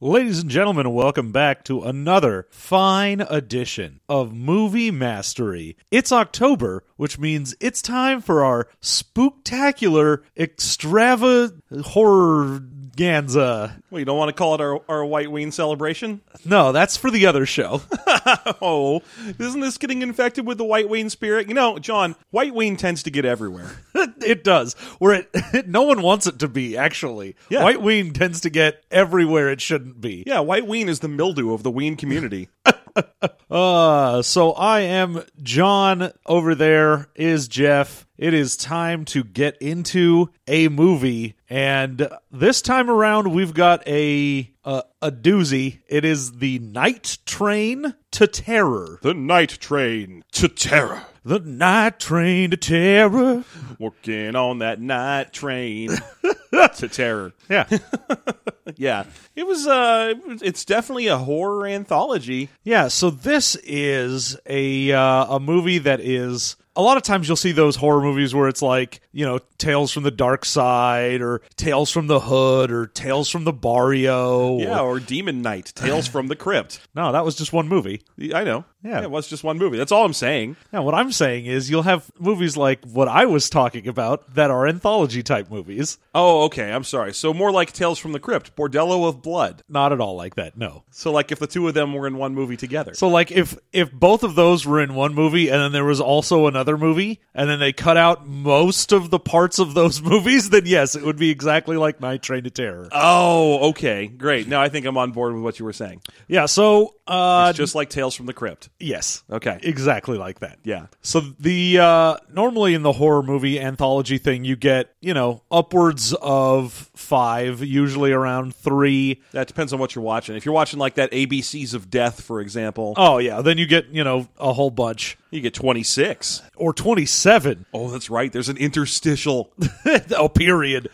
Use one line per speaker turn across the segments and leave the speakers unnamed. Ladies and gentlemen, welcome back to another fine edition of Movie Mastery. It's October, which means it's time for our spooktacular extrava horror ganza.
Well, you don't want to call it our, our White Ween celebration?
No, that's for the other show.
Oh, isn't this getting infected with the White Ween spirit? You know, John, White Ween tends to get everywhere.
it does. Where it, no one wants it to be, actually.
Yeah.
White Ween tends to get everywhere it shouldn't be.
Yeah, White Ween is the mildew of the Ween community.
Uh, so I am John over there is Jeff. It is time to get into a movie and this time around we've got a uh, a doozy. It is The Night Train to Terror.
the night train to terror.
The Night Train to Terror.
Working on that night train to terror.
Yeah.
Yeah. It was uh it's definitely a horror anthology.
Yeah, so this is a uh, a movie that is a lot of times you'll see those horror movies where it's like, you know, Tales from the Dark Side or Tales from the Hood or Tales from the Barrio.
Yeah, or Demon Night, Tales from the Crypt.
No, that was just one movie.
I know.
Yeah.
It was just one movie. That's all I'm saying.
Now, what I'm saying is you'll have movies like what I was talking about that are anthology type movies.
Oh, okay. I'm sorry. So more like Tales from the Crypt, Bordello of Blood.
Not at all like that, no.
So like if the two of them were in one movie together.
So like if if both of those were in one movie and then there was also another movie and then they cut out most of the parts of those movies, then yes, it would be exactly like Night Train to Terror.
Oh, okay. Great. Now I think I'm on board with what you were saying.
Yeah, so uh
It's just like Tales from the Crypt.
yes.
Okay.
Exactly like that.
Yeah.
So the uh normally in the horror movie anthology thing you get, you know, upwards of 5, usually around 3.
That depends on what you're watching. If you're watching like that ABCs of Death, for example,
Oh yeah, then you get, you know, a whole bunch
you get 26.
or 27.
Oh, that's right. There's an interstitial.
oh, period.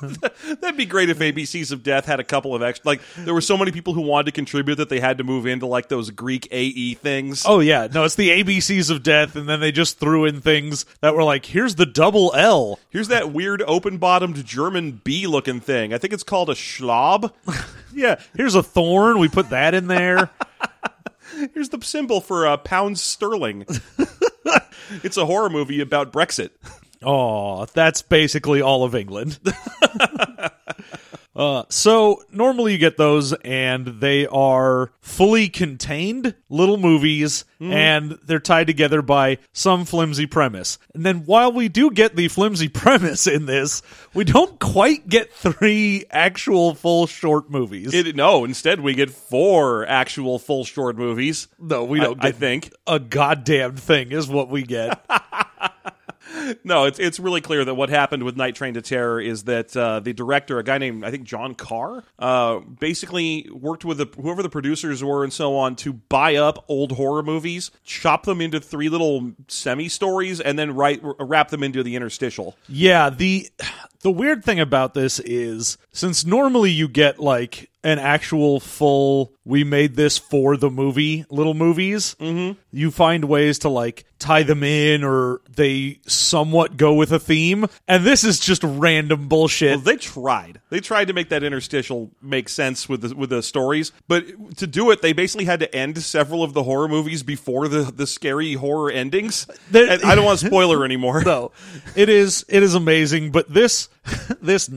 That'd be great if ABCs of Death had a couple of extra. Like there were so many people who wanted to contribute that they had to move into like those Greek AE things.
Oh yeah, no, it's the ABCs of death, and then they just threw in things that were like, "Here's the double L."
Here's that weird open-bottomed German bee-looking thing. I think it's called a schlob.
Yeah, here's a thorn. We put that in there.
Here's the symbol for uh, pounds sterling. it's a horror movie about Brexit.
oh, that's basically all of England. Uh, so normally you get those, and they are fully contained little movies, and they're tied together by some flimsy premise. And then while we do get the flimsy premise in this, we don't quite get three actual full short movies.
It, no, instead we get four actual full short movies.
no, we don't.
I, I
get
think
a goddamn thing is what we get.
no. It's it's really clear that what happened with Night Train to Terror is that uh, the director, a guy named I think John Carr, uh, basically worked with the, whoever the producers were and so on to buy up old horror movies, chop them into three little semi stories, and then write wrap them into the interstitial.
yeah, the the weird thing about this is since normally you get like an actual full we made this for the movie little movies mm-hmm. you find ways to like tie them in or they somewhat go with a theme and this is just random bullshit
Well, they tried. They tried to make that interstitial make sense with the with the stories, but to do it, they basically had to end several of the horror movies before the the scary horror endings.
There-
And I don't want to spoiler anymore.
though it is it is amazing but this this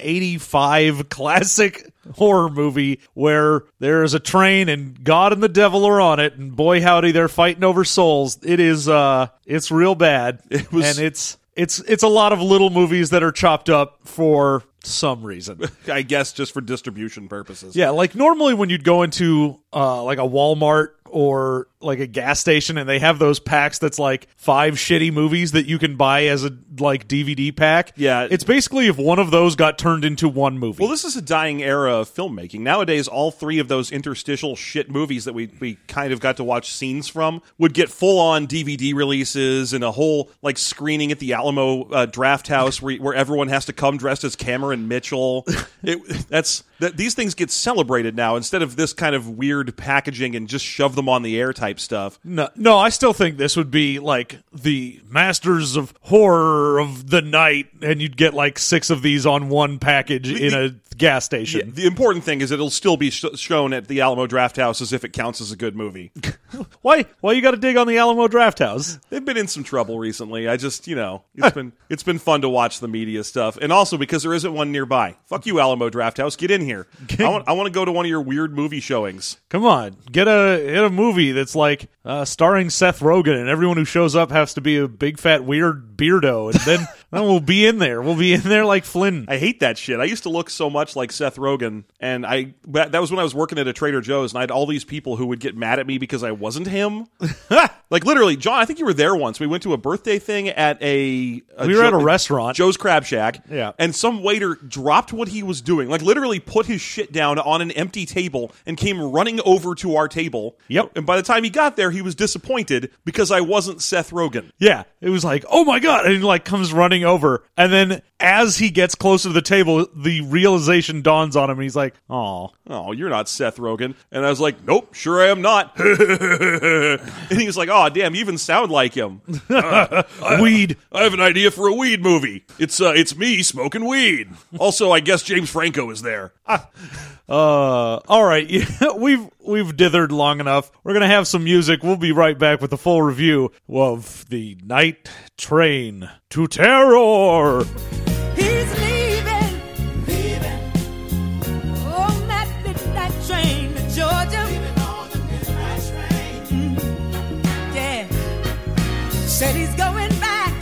1985 classic horror movie where there is a train and god and the devil are on it and boy howdy they're fighting over souls it is uh it's real bad it
was-
and it's it's it's a lot of little movies that are chopped up for some reason
I guess just for distribution purposes.
yeah, like normally when you'd go into uh, like a Walmart or like a gas station and they have those packs that's like five shitty movies that you can buy as a like DVD pack.
Yeah.
It's basically if one of those got turned into one movie.
Well, this is a dying era of filmmaking. Nowadays, all three of those interstitial shit movies that we, we kind of got to watch scenes from would get full on DVD releases and a whole like screening at the Alamo uh, Draft House where, where everyone has to come dressed as Cameron Mitchell. It, that's that these things get celebrated now instead of this kind of weird packaging and just shove them on the air type stuff.
No, no, I still think this would be like the masters of horror of the night, and you'd get like six of these on one package in a gas station.
The important thing is it'll still be sh- shown at the Alamo Drafthouse as if it counts as a good movie.
Why? Why you got to dig on the Alamo Draft House?
They've been in some trouble recently. I just, you know, it's been it's been fun to watch the media stuff, and also because there isn't one nearby. Fuck you, Alamo Drafthouse. Get in here. I want I want to go to one of your weird movie showings.
Come on, get a get a movie that's like uh, starring Seth Rogen, and everyone who shows up has to be a big fat weird beardo, and then then we'll be in there. We'll be in there like Flynn.
I hate that shit. I used to look so much like Seth Rogen, and I that that was when I was working at a Trader Joe's, and I had all these people who would get mad at me because I wasn't him. like literally, John. I think you were there once. We went to a birthday thing at a, a
we were at a
Joe-
restaurant.
Joe's Crab Shack.
Yeah.
And some waiter dropped what he was doing, like literally put his shit down on an empty table and came running over to our table.
Yep.
And by the time he got there, he was disappointed because I wasn't Seth Rogen.
Yeah, it was like, oh my god, and he like comes running over, and then as he gets closer to the table, the realization dawns on him, and he's like, oh,
Oh, you're not Seth Rogen. And I was like, nope, sure I am not. and he was like, oh, damn, you even sound like him.
weed.
I have an idea for a weed movie. It's uh, it's me smoking weed. Also, I guess James Franco is there.
Uh, all right, yeah, we've we've dithered long enough. We're gonna have some music. We'll be right back with the full review of the Night Train to Terror.
He's leaving, leaving. On that midnight train to Georgia. Leaving on the midnight train. Mm-hmm. Yeah. Said he's going back.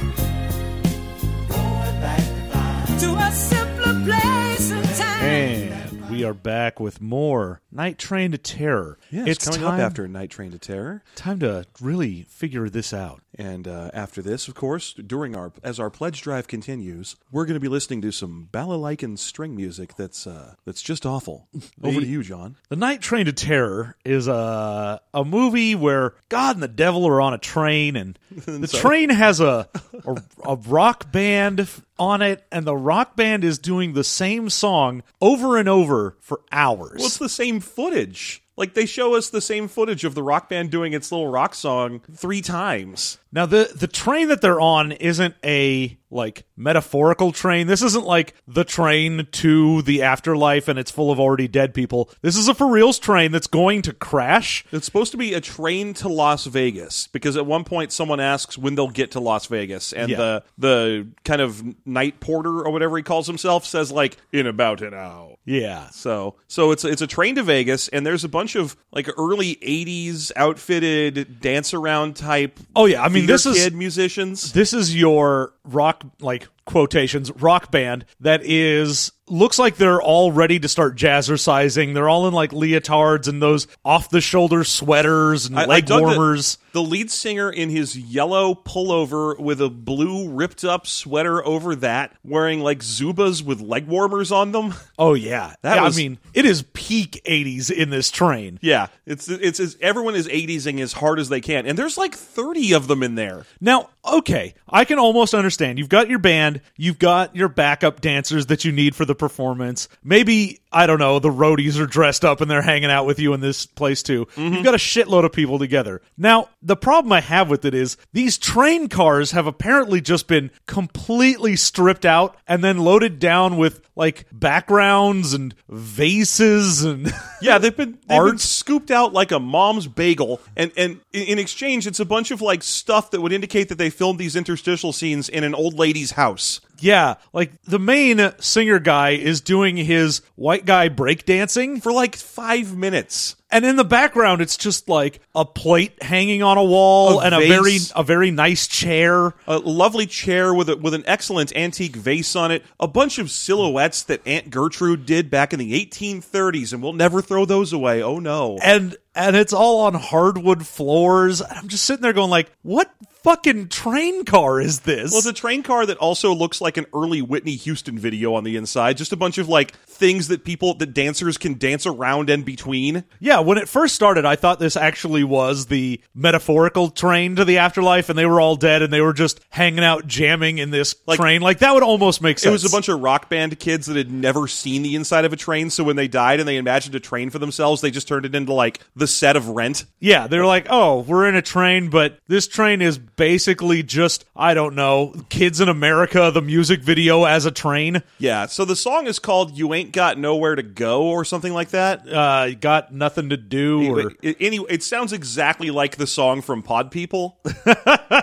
Going back to a simpler place and time.
And we are back with more Night Train to Terror.
it's, coming
time,
up after Night Train to Terror.
time to really figure this out.
And uh, after this, of course, during our as our pledge drive continues, we're going to be listening to some balalaika string music that's uh, that's just awful. Over to you, John.
The Night Train to Terror is a a movie where God and the devil are on a train, and the train has a, a a rock band on it, and the rock band is doing the same song over and over for hours.
Well, it's the same footage. Like they show us the same footage of the rock band doing its little rock song three times.
Now the the train that they're on isn't a like metaphorical train. This isn't like the train to the afterlife and it's full of already dead people. This is a for reals train that's going to crash.
It's supposed to be a train to Las Vegas because at one point someone asks when they'll get to Las Vegas, and
Yeah.
the the kind of night porter or whatever he calls himself says like in about an hour.
Yeah.
So so it's it's a train to Vegas, and there's a bunch of like early '80s outfitted dance around type.
Oh, yeah. I mean,
theater
this is-
kid musicians.
This is your rock like quotations rock band that is looks like they're all ready to start jazzercising. They're all in like leotards and those off the shoulder sweaters and
I- I
leg
dug that
warmers.
The lead singer in his yellow pullover with a blue ripped up sweater over that, wearing like Zubas with leg warmers on them.
Oh yeah.
That
yeah,
was-
I mean, it is peak 80s in this train.
Yeah, it's it's, it's everyone is 80sing as hard as they can, and there's like 30 of them in there.
Now, okay, I can almost understand. You've got your band, you've got your backup dancers that you need for the performance. Maybe, I don't know, the roadies are dressed up and they're hanging out with you in this place too. You've got a shitload of people together. Now, the problem I have with it is these train cars have apparently just been completely stripped out and then loaded down with like backgrounds and vases and
Yeah, they've been they've been
Art.
scooped out like a mom's bagel, and and in- in exchange, it's a bunch of like stuff that would indicate that they filmed these interstitial scenes in an old lady's house.
yeah, like the main singer guy is doing his white guy breakdancing.
For like five minutes,
and in the background it's just like a plate hanging on a wall
A
and
vase.
a very a very nice chair
a lovely chair with a, with an excellent antique vase on it, a bunch of silhouettes that Aunt Gertrude did back in the 1830s, and we'll never throw those away. Oh no!
and and it's all on hardwood floors and i'm just sitting there going like what fucking train car is this?
Well, it's a train car that also looks like an early Whitney Houston video on the inside. Just a bunch of like things that people, that dancers can dance around and between.
yeah, when it first started, I thought this actually was the metaphorical train to the afterlife, and they were all dead, and they were just hanging out jamming in this
Like-
train. Like that would almost make sense.
It was a bunch of rock band kids that had never seen the inside of a train. So when they died and they imagined a train for themselves, they just turned it into like the set of Rent.
Yeah, they're like, oh, we're in a train, but this train is basically just, I don't know, Kids in America, the music video as a train.
Yeah. So the song is called "You Ain't Got Nowhere to Go" or something like that.
Uh, got nothing to do. Or,
It, anyway, it sounds exactly like the song from Pod People.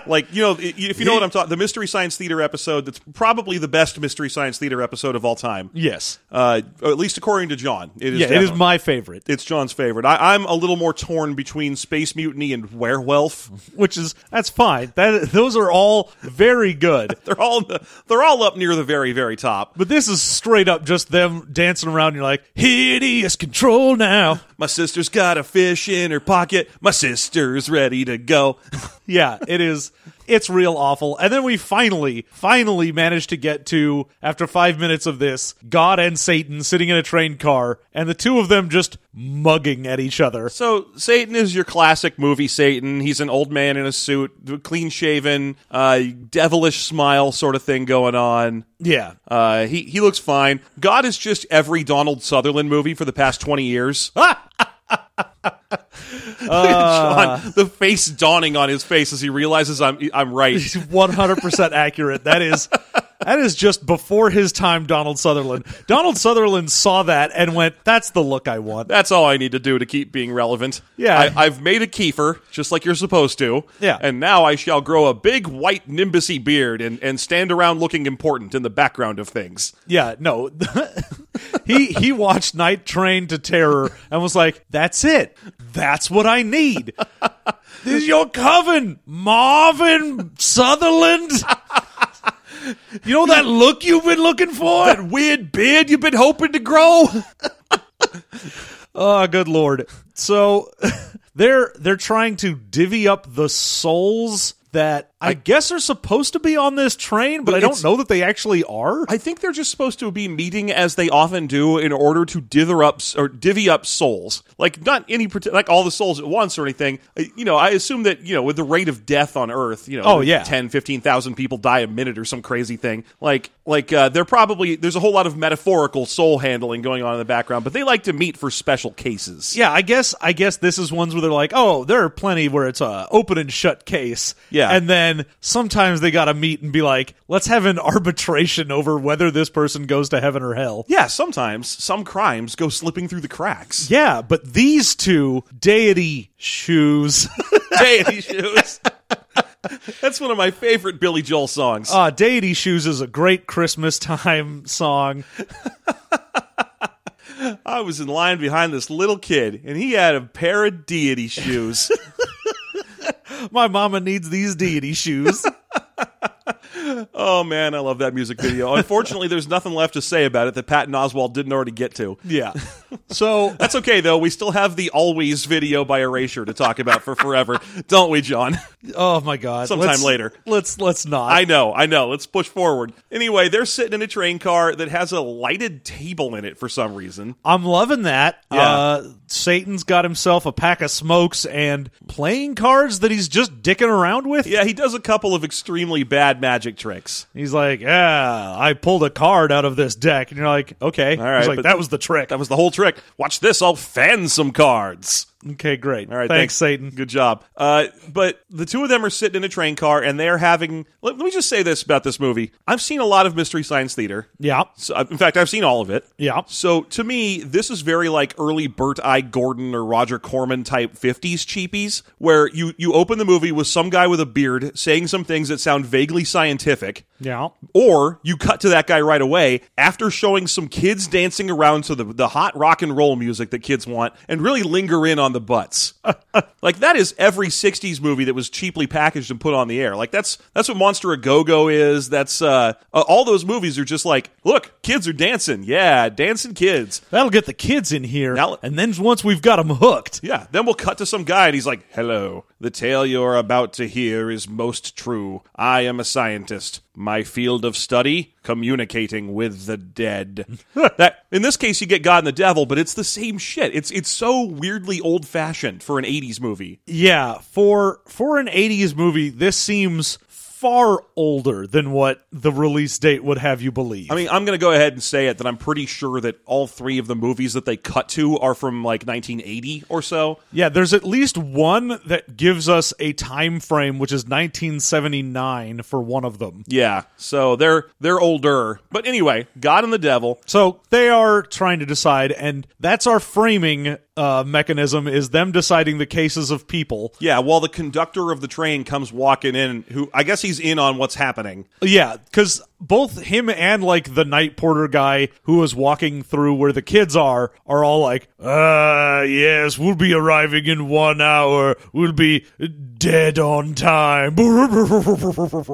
like you know, i- if you know what I'm talking, the Mystery Science Theater episode. That's probably the best Mystery Science Theater episode of all time.
yes.
Uh, or at least according to John. It is.
Yeah, it is
definitely-
my favorite,
It's John's favorite. I, I'm a little more torn between Space Mutiny and Werewolf.
which is, that's fine. That Those are all very good.
They're all in the, they're all up near the very very top.
But this is straight up just them dancing around. And you're like, hideous control now.
My sister's got a fish in her pocket. My sister's ready to go.
Yeah, it is. It's real awful. And then we finally, finally managed to get to, after five minutes of this, God and Satan sitting in a train car and the two of them just mugging at each other.
So Satan is your classic movie Satan. He's an old man in a suit, clean shaven, uh, devilish smile sort of thing going on.
Yeah.
Uh, he he looks fine. God is just every Donald Sutherland movie for the past twenty years. Ah! John, Uh, the face dawning on his face as he realizes I'm I'm right.
100% accurate. That is. That is just before his time, Donald Sutherland. Donald Sutherland saw that and went, "That's the look I want."
That's all I need to do to keep being relevant.
Yeah.
I, I've made a kefir, just like you're supposed to.
Yeah.
And now I shall grow a big white nimbusy beard and, and stand around looking important in the background of things.
Yeah, no, he he watched Night Train to Terror and was like, "That's it. That's what I need." this is your coven, Marvin Sutherland. you know that look you've been looking for, that weird beard you've been hoping to grow. oh, good lord! So they're they're trying to divvy up the souls. That I, guess are supposed to be on this train, but I don't
it's-
know that they actually are.
I think they're just supposed to be meeting as they often do in order to dither up or divvy up souls. Like not any parti- like all the souls at once or anything. Uh, You know, I assume that, you know, with the rate of death on earth, you know,
Oh, yeah.
10 15,000 people die a minute or some crazy thing. Like like uh, they're probably there's a whole lot of metaphorical soul handling going on in the background, but they like to meet for special cases.
Yeah, I guess I guess this is ones where they're like, oh, there are plenty where it's a open and shut case.
Yeah.
and then sometimes they got to meet and be like, let's have an arbitration over whether this person goes to heaven or hell.
Yeah, sometimes some crimes go slipping through the cracks.
Yeah, but these two deity shoes,
Deity shoes. That's one of my favorite Billy Joel songs.
uh, deity shoes is a great Christmas time song.
I was in line behind this little kid, and he had a pair of deity shoes.
My mama needs these deity shoes.
oh man, I love that music video. Unfortunately, there's nothing left to say about it that Patton Oswald didn't already get to.
yeah, so
That's okay though. We still have the Always video by Erasure to talk about for forever, don't we, John?
oh my god,
Sometime
let's-
later.
Let's let's not.
I know, I know. Let's push forward. Anyway, they're sitting in a train car that has a lighted table in it for some reason.
I'm loving that.
Yeah.
Uh, Satan's got himself a pack of smokes and playing cards that he's just dicking around with.
Yeah, he does a couple of extremely bad magic tricks.
He's like, yeah, I pulled a card out of this deck. And you're like, okay. All
right,
He's like,
but-
that was the trick.
That was the whole trick. Watch this, I'll fan some cards.
okay, great.
All right,
thanks,
thanks,
Satan.
Good job. Uh, but the two of them are sitting in a train car, and they're having. Let, let me just say this about this movie: I've seen a lot of Mystery Science Theater.
Yeah.
So, uh, in fact, I've seen all of it.
Yeah.
So to me, this is very like early Bert I. Gordon or Roger Corman type '50s cheapies, where you you open the movie with some guy with a beard saying some things that sound vaguely scientific.
Yeah.
Or you cut to that guy right away after showing some kids dancing around to the, the hot rock and roll music that kids want and really linger in on on the butts. like that is every '60s movie that was cheaply packaged and put on the air. Like that's that's what Monster a Go Go is. That's uh, uh, all those movies are just like, look, kids are dancing. Yeah, dancing kids.
That'll get the kids in here,
Now-
and then once we've got them hooked,
Yeah. Then we'll cut to some guy and he's like, Hello. The tale you're about to hear is most true. I am a scientist. My field of study, communicating with the dead. that in this case you get God and the devil, but it's the same shit. It's it's so weirdly old fashioned for an eighties movie.
yeah. For for an '80s movie, this seems far older than what the release date would have you believe.
I mean, I'm gonna go ahead and say it that I'm pretty sure that all three of the movies that they cut to are from like nineteen eighty or so.
Yeah, there's at least one that gives us a time frame, which is 1979 for one of them.
Yeah. So they're they're older. But anyway, God and the Devil.
So they are trying to decide, and that's our framing uh, mechanism: is them deciding the cases of people.
Yeah, while the conductor of the train comes walking in, who I guess he's in on what's happening.
Yeah, because both him and like the night porter guy who was walking through where the kids are are all like, "Uh, yes, we'll be arriving in one hour. We'll be dead on time."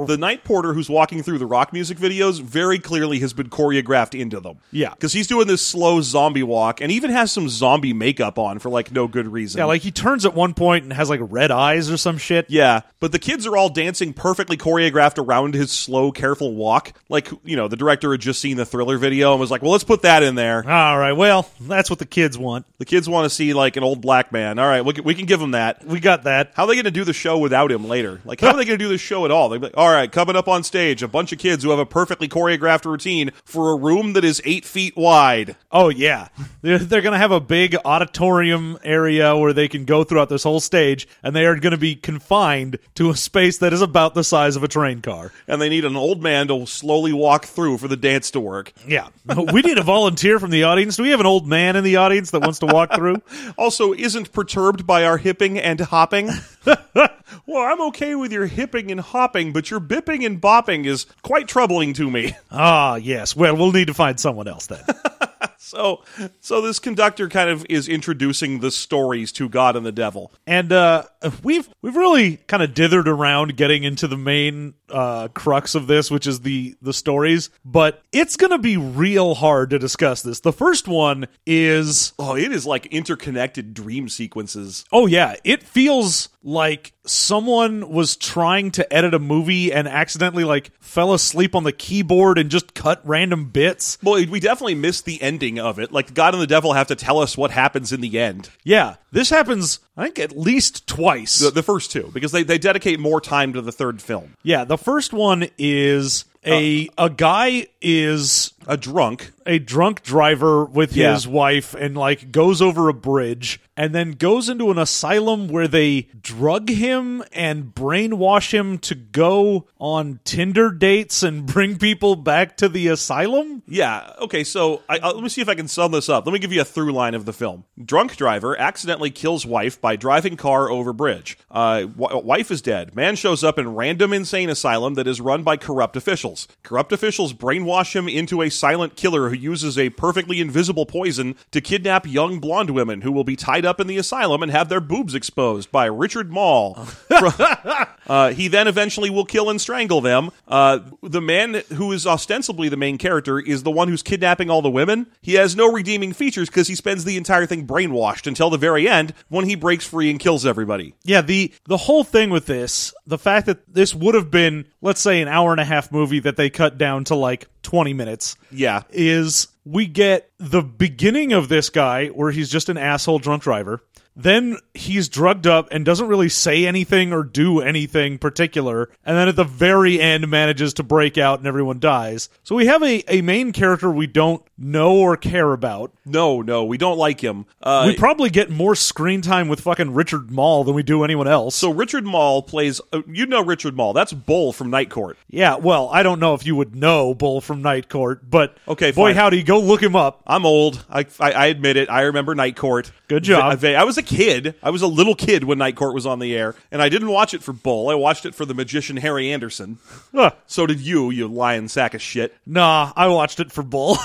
The night porter who's walking through the rock music videos very clearly has been choreographed into them.
Yeah.
Because he's doing this slow zombie walk and even has some zombie makeup on for like no good reason.
Yeah, like he turns at one point and has like red eyes or some shit.
Yeah, but the kids are all dancing perfectly choreographed around his slow, careful walk. Like, you know, the director had just seen the thriller video and was like, well, let's put that in there.
All right. Well, that's what the kids want.
The kids want to see like an old black man. All right, we can, we can give them that.
We got that.
How are they going to do the show without him later? Like, how are they going to do this show at all? They're like, all right, coming up on stage, a bunch of kids who have a perfectly choreographed routine for a room that is eight feet wide.
Oh yeah, they're, they're gonna have a big auditorium area where they can go throughout this whole stage, and they are gonna be confined to a space that is about the size of a train car.
And they need an old man to slowly walk through for the dance to work.
Yeah, we need a volunteer from the audience. Do we have an old man in the audience that wants to walk through?
Also, isn't perturbed by our hipping and hopping. well, I'm okay with your hipping and hopping, but your bipping and bopping is quite troubling to me.
Ah, yes. Well, we'll need to find someone else then.
so, so this conductor kind of is introducing the stories to God and the devil.
And uh, we've we've really kind of dithered around getting into the main uh, crux of this, which is the the stories. But it's going to be real hard to discuss this. The first one is
Oh, it is like interconnected dream sequences.
oh yeah, it feels like someone was trying to edit a movie and accidentally like fell asleep on the keyboard and just cut random bits.
Well, we definitely missed the ending of it. Like God and the devil have to tell us what happens in the end.
Yeah, this happens. I think at least twice.
The, the first two, because they, they dedicate more time to the third film.
yeah, the first one is. A,
Uh,
a guy is
A drunk.
a drunk driver with
Yeah.
his wife and like goes over a bridge and then goes into an asylum where they drug him and brainwash him to go on Tinder dates and bring people back to the asylum.
Yeah. Okay. So I, I, let me see if I can sum this up. Let me give you a through line of the film. Drunk driver accidentally kills wife by driving car over bridge. Uh, w- wife is dead. Man shows up in random insane asylum that is run by corrupt officials. Corrupt officials brainwash him into a silent killer who uses a perfectly invisible poison to kidnap young blonde women who will be tied up in the asylum and have their boobs exposed by Richard Mall. Uh, he then eventually will kill and strangle them. Uh, the man who is ostensibly the main character is the one who's kidnapping all the women. He has no redeeming features because he spends the entire thing brainwashed until the very end when he breaks free and kills everybody.
Yeah, the the whole thing with this, the fact that this would have been let's say an hour and a half movie that they cut down to like 20 minutes.
Yeah.
is we get the beginning of this guy where he's just an asshole drunk driver. Then he's drugged up and doesn't really say anything or do anything particular. And then at the very end, manages to break out and everyone dies. So we have a, a main character we don't know or care about.
No, no, we don't like him. Uh,
We probably get more screen time with fucking Richard Mall than we do anyone else.
so Richard Mall plays. Uh, you know Richard Mall. That's Bull from Night Court.
yeah, well, I don't know if you would know Bull from Night Court, but
Okay,
boy
fine.
howdy, go look him up.
I'm old. I, I, I admit it. I remember Night Court.
Good job.
I, va- I was a kid. I was a little kid when Night Court was on the air, and I didn't watch it for Bull. I watched it for the magician Harry Anderson.
Huh.
So did you, you lying sack of shit.
Nah, I watched it for Bull.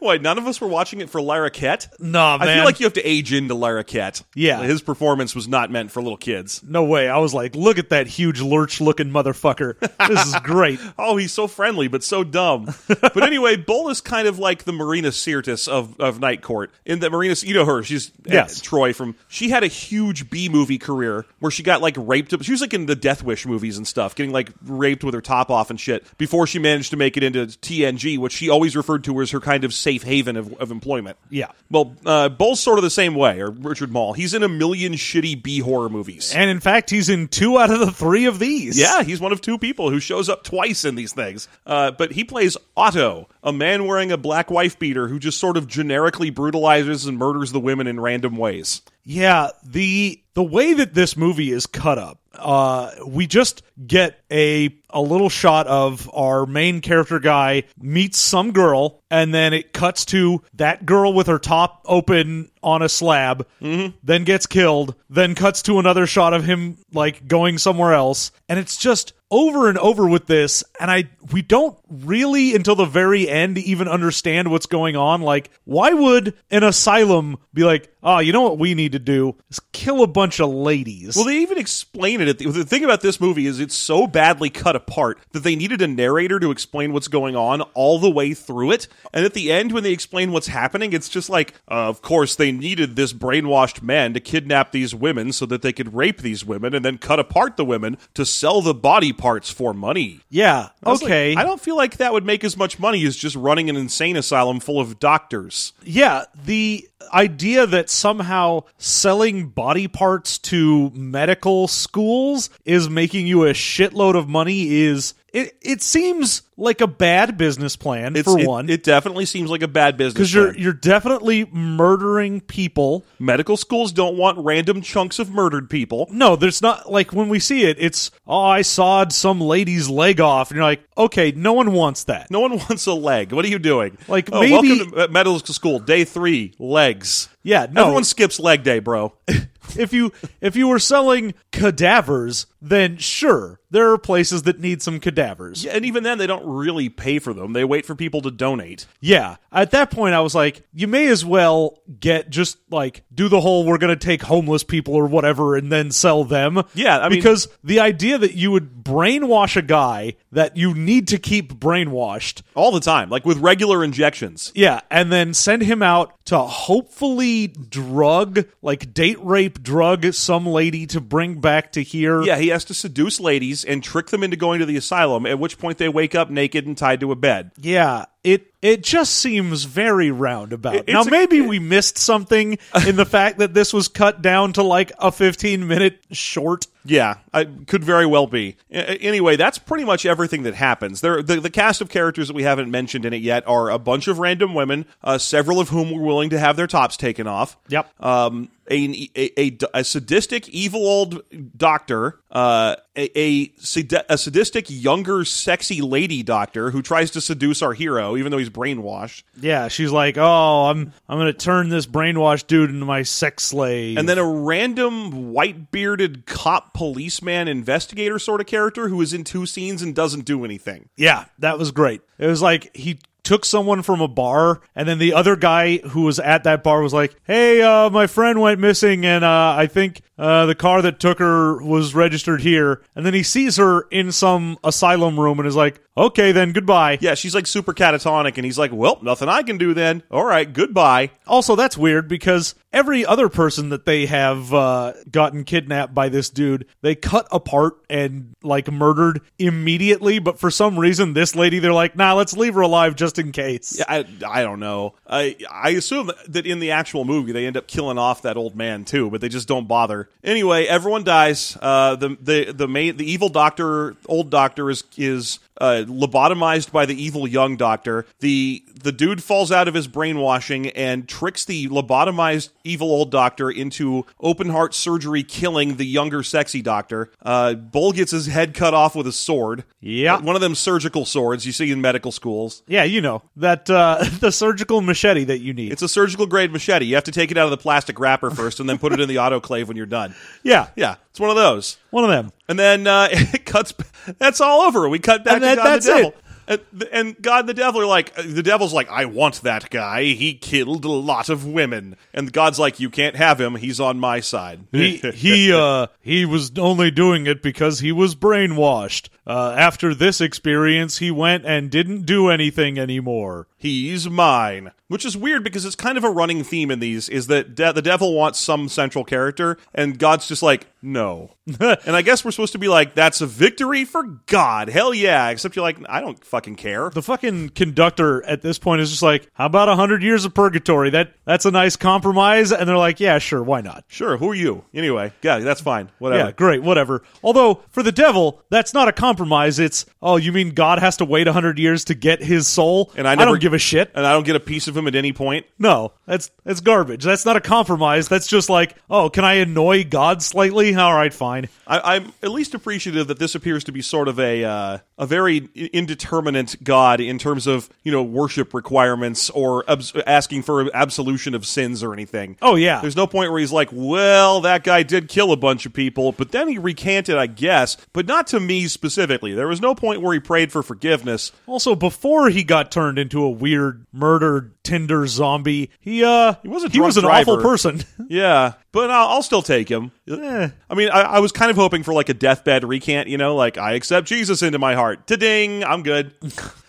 Why none of us were watching it for Lara Kett?
Nah,
I
man.
feel like you have to age into Lara Kett.
Yeah.
his performance was not meant for little kids.
No way. I was like, look at that huge lurch looking motherfucker. This is great.
Oh, he's so friendly, but so dumb. but anyway, Bull is kind of like the Marina Sirtis of, of Night Court. In that Marina, you know her. She's uh,
Yes.
Troy from. She had a huge B movie career where she got like raped. She was like in the Death Wish movies and stuff, getting like raped with her top off and shit before she managed to make it into TNG, which she always referred to as her kind of safe haven of, of employment.
Yeah.
Well, uh, Bull's sort of the same way, or Richard Mall. He's in a million shitty B horror movies.
And in fact, he's in two out of the three of these.
Yeah, he's one of two people who shows up twice in these things. Uh, but he plays Otto, a man wearing a black wife beater who just sort of generically brutalizes and murders the women in random ways.
Yeah, the the way that this movie is cut up, uh, we just get a a little shot of our main character guy meets some girl, and then it cuts to that girl with her top open on a slab, then gets killed, then cuts to another shot of him like going somewhere else, and it's just over and over with this and i we don't really until the very end even understand what's going on like why would an asylum be like oh you know what we need to do is kill a bunch of ladies
Well, they even explain it. At the, the thing about this movie is it's so badly cut apart that they needed a narrator to explain what's going on all the way through it. And at the end, when they explain what's happening, it's just like, uh, of course, they needed this brainwashed man to kidnap these women so that they could rape these women and then cut apart the women to sell the body parts for money.
yeah
I was
okay
like, I don't feel like that would make as much money as just running an insane asylum full of doctors.
yeah the idea that somehow selling body parts to medical schools is making you a shitload of money is it, it seems like a bad business plan
It's,
for
it-
one
it definitely seems like a bad business.
because you're
plan.
you're definitely murdering people
medical schools don't want random chunks of murdered people.
No, there's not like when we see it, it's oh I sawed some lady's leg off, and you're like, okay, no one wants that.
No one wants a leg. What are you doing?
Like,
oh,
maybe-
welcome to uh, medical school, day three, legs.
Yeah, no.
everyone skips leg day, bro.
If you if you were selling cadavers, then sure, there are places that need some cadavers.
and even then, they don't really pay for them. They wait for people to donate.
Yeah. At that point, I was like, you may as well get just like do the whole we're going to take homeless people or whatever and then sell them.
Yeah, I mean-
because the idea that you would brainwash a guy that you need to keep brainwashed
All the time, like with regular injections.
Yeah, and then send him out to hopefully drug, like date rape drug some lady to bring back to here.
Yeah, he has to seduce ladies and trick them into going to the asylum, at which point they wake up naked and tied to a bed.
Yeah, It it just seems very roundabout.
it's
now
a-
maybe we missed something in the fact that this was cut down to like a 15 minute short.
Yeah, I could very well be. A- a- Anyway, that's pretty much everything that happens. There, the, the cast of characters that we haven't mentioned in it yet are a bunch of random women, uh, several of whom were willing to have their tops taken off.
Yep.
Um, a, a, a, a sadistic, evil old doctor, uh, a, a, sad- a sadistic, younger, sexy lady doctor who tries to seduce our hero, even though he's brainwashed.
Yeah, she's like, "Oh, I'm I'm going to turn this brainwashed dude into my sex slave."
And then a random white bearded cop policeman investigator sort of character who is in two scenes and doesn't do anything.
Yeah, that was great. It was like he took someone from a bar, and then the other guy who was at that bar was like, "Hey, uh, my friend went missing, and uh, I think uh, the car that took her was registered here." And then he sees her in some asylum room and is like, "Okay, then goodbye."
Yeah, she's like super catatonic, and he's like, Well, nothing I can do then. All right, goodbye.
Also, that's weird because every other person that they have uh, gotten kidnapped by this dude, they cut apart and like murdered immediately. But for some reason, this lady, they're like, "Nah, let's leave her alive just in case."
I, I don't know. I I assume that in the actual movie they end up killing off that old man too, but they just don't bother. Anyway, everyone dies. Uh, the the the main the evil doctor, old doctor is is uh, lobotomized by the evil young doctor. The the dude falls out of his brainwashing and tricks the lobotomized evil old doctor into open heart surgery, killing the younger sexy doctor. Uh, Bull gets his head cut off with a sword.
Yeah.
one of them surgical swords you see in medical schools.
Yeah, you know that uh, the surgical machete that you need.
It's a surgical grade machete. You have to take it out of the plastic wrapper first and then put it in the autoclave when you're done.
yeah,
Yeah, it's one of those.
one of them.
And then uh, it cuts. That's all over. We cut back
And
to
that-
God
that's
the Devil.
it.
And, and God and the devil are like, uh, the devil's like, I want that guy. He killed a lot of women. And God's like, you can't have him. He's on my side.
he he uh he was only doing it because he was brainwashed. Uh, after this experience, he went and didn't do anything anymore.
He's mine. Which is weird because it's kind of a running theme in these is that de- the devil wants some central character and God's just like, no. and I guess we're supposed to be like, that's a victory for God. Hell yeah. Except you're like, I don't fucking care.
The fucking conductor at this point is just like, "How about a hundred years of purgatory? That that's a nice compromise." And they're like, "Yeah, sure, why not?"
Sure, who are you? Anyway, yeah, that's fine. Whatever.
Yeah, great, whatever. Although for the devil, that's not a compromise. It's oh, you mean God has to wait a hundred years to get his soul?
And I never-
don't give a shit.
And I don't get a piece of him at any point.
No, that's that's garbage. That's not a compromise. That's just like, oh, can I annoy God slightly? All right, fine.
I, I'm at least appreciative that this appears to be sort of a uh, a very i- indeterminate God in terms of you know worship requirements or abs- asking for absolution of sins or anything.
Oh, yeah.
there's no point where he's like, well, that guy did kill a bunch of people, but then he recanted, I guess, but not to me specifically. There was no point where he prayed for forgiveness.
Also, before he got turned into a weird murdered Tinder zombie, he uh he
was a
he was an
drunk
awful
driver.
person.
Yeah, but I'll, I'll still take him. Eh. I mean, I, I was kind of hoping for like a deathbed recant, you know, like I accept Jesus into my heart. Ta-ding, I'm good.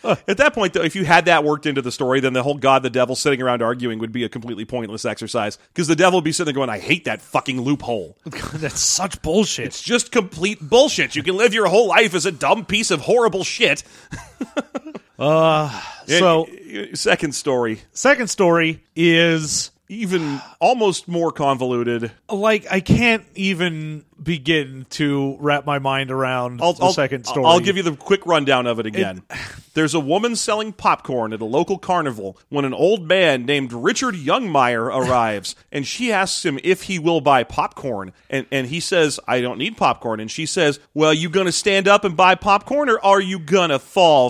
At that point, though, if you had that worked into the story, then the whole God, the devil sitting around arguing would be a completely pointless exercise because the devil would be sitting there going, I hate that fucking loophole.
that's such bullshit.
It's just complete bullshit. You can live your whole life as a dumb piece of horrible shit.
so,
Eh, second story,
second story is
even almost more convoluted.
like I can't even begin to wrap my mind around the second story.
I'll give you the quick rundown of it again. There's a woman selling popcorn at a local carnival when an old man named Richard Youngmeyer arrives, and she asks him if he will buy popcorn, and and he says, "I don't need popcorn," and she says, "Well, you gonna stand up and buy popcorn, or are you gonna fall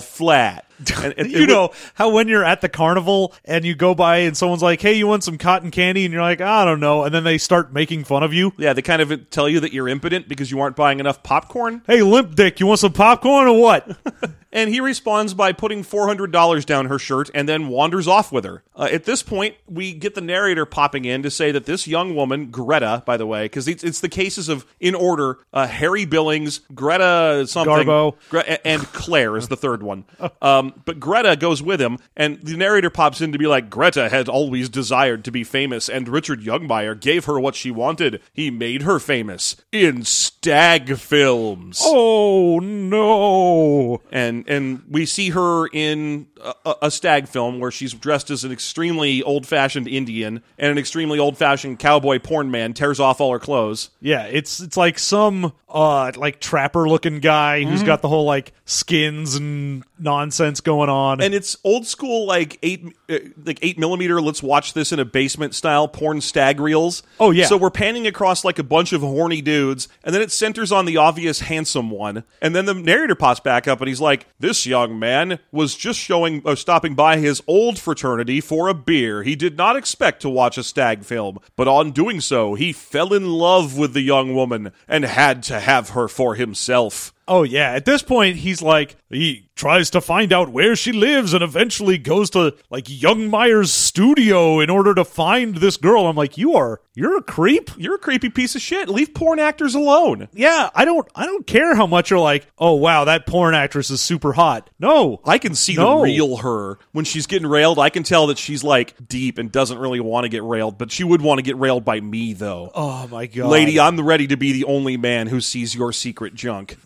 flat?" And, and-
you know how when you're at the carnival and you go by and someone's like, "Hey, you want some cotton candy?" and you're like, "I don't know," and then they start making fun of you.
yeah, they kind of tell you that you're impotent because you aren't buying enough popcorn.
Hey, limp dick, you want some popcorn or what?
And he responds by putting $400 down her shirt and then wanders off with her. Uh, at this point, we get the narrator popping in to say that this young woman, Greta, by the way, because it's, it's the cases of, in order, uh, Harry Billings, Greta something.
Garbo. Oh.
Gre- a- and Claire is the third one. Um, but Greta goes with him, and the narrator pops in to be like, Greta had always desired to be famous, and Richard Youngmeyer gave her what she wanted. He made her famous in stag films
oh no!
and and we see her in a- a, a stag film where she's dressed as an extremely old-fashioned Indian and an extremely old-fashioned cowboy porn man tears off all her clothes.
Yeah, it's it's like some uh like trapper looking guy who's got the whole like skins and nonsense going on.
And it's old school, like eight, uh, like eight millimeter. Let's watch this in a basement style porn stag reels.
Oh, yeah.
So we're panning across like a bunch of horny dudes, and then it centers on the obvious handsome one. And then the narrator pops back up, and he's like, "This young man was just showing, uh, stopping by his old fraternity for a beer. He did not expect to watch a stag film, but on doing so, he fell in love with the young woman and had to have her for himself."
oh yeah, at this point he's like he tries to find out where she lives and eventually goes to like Young Meyer's studio in order to find this girl. I'm like, "You are you're a creep?"
You're a creepy piece of shit. Leave porn actors alone.
Yeah, I don't I don't care how much you're like, "Oh wow, that porn actress is super hot." No.
I can see
No.
the real her when she's getting railed. I can tell that she's like deep and doesn't really want to get railed, but she would want to get railed by me though.
oh my god.
Lady, I'm ready to be the only man who sees your secret junk.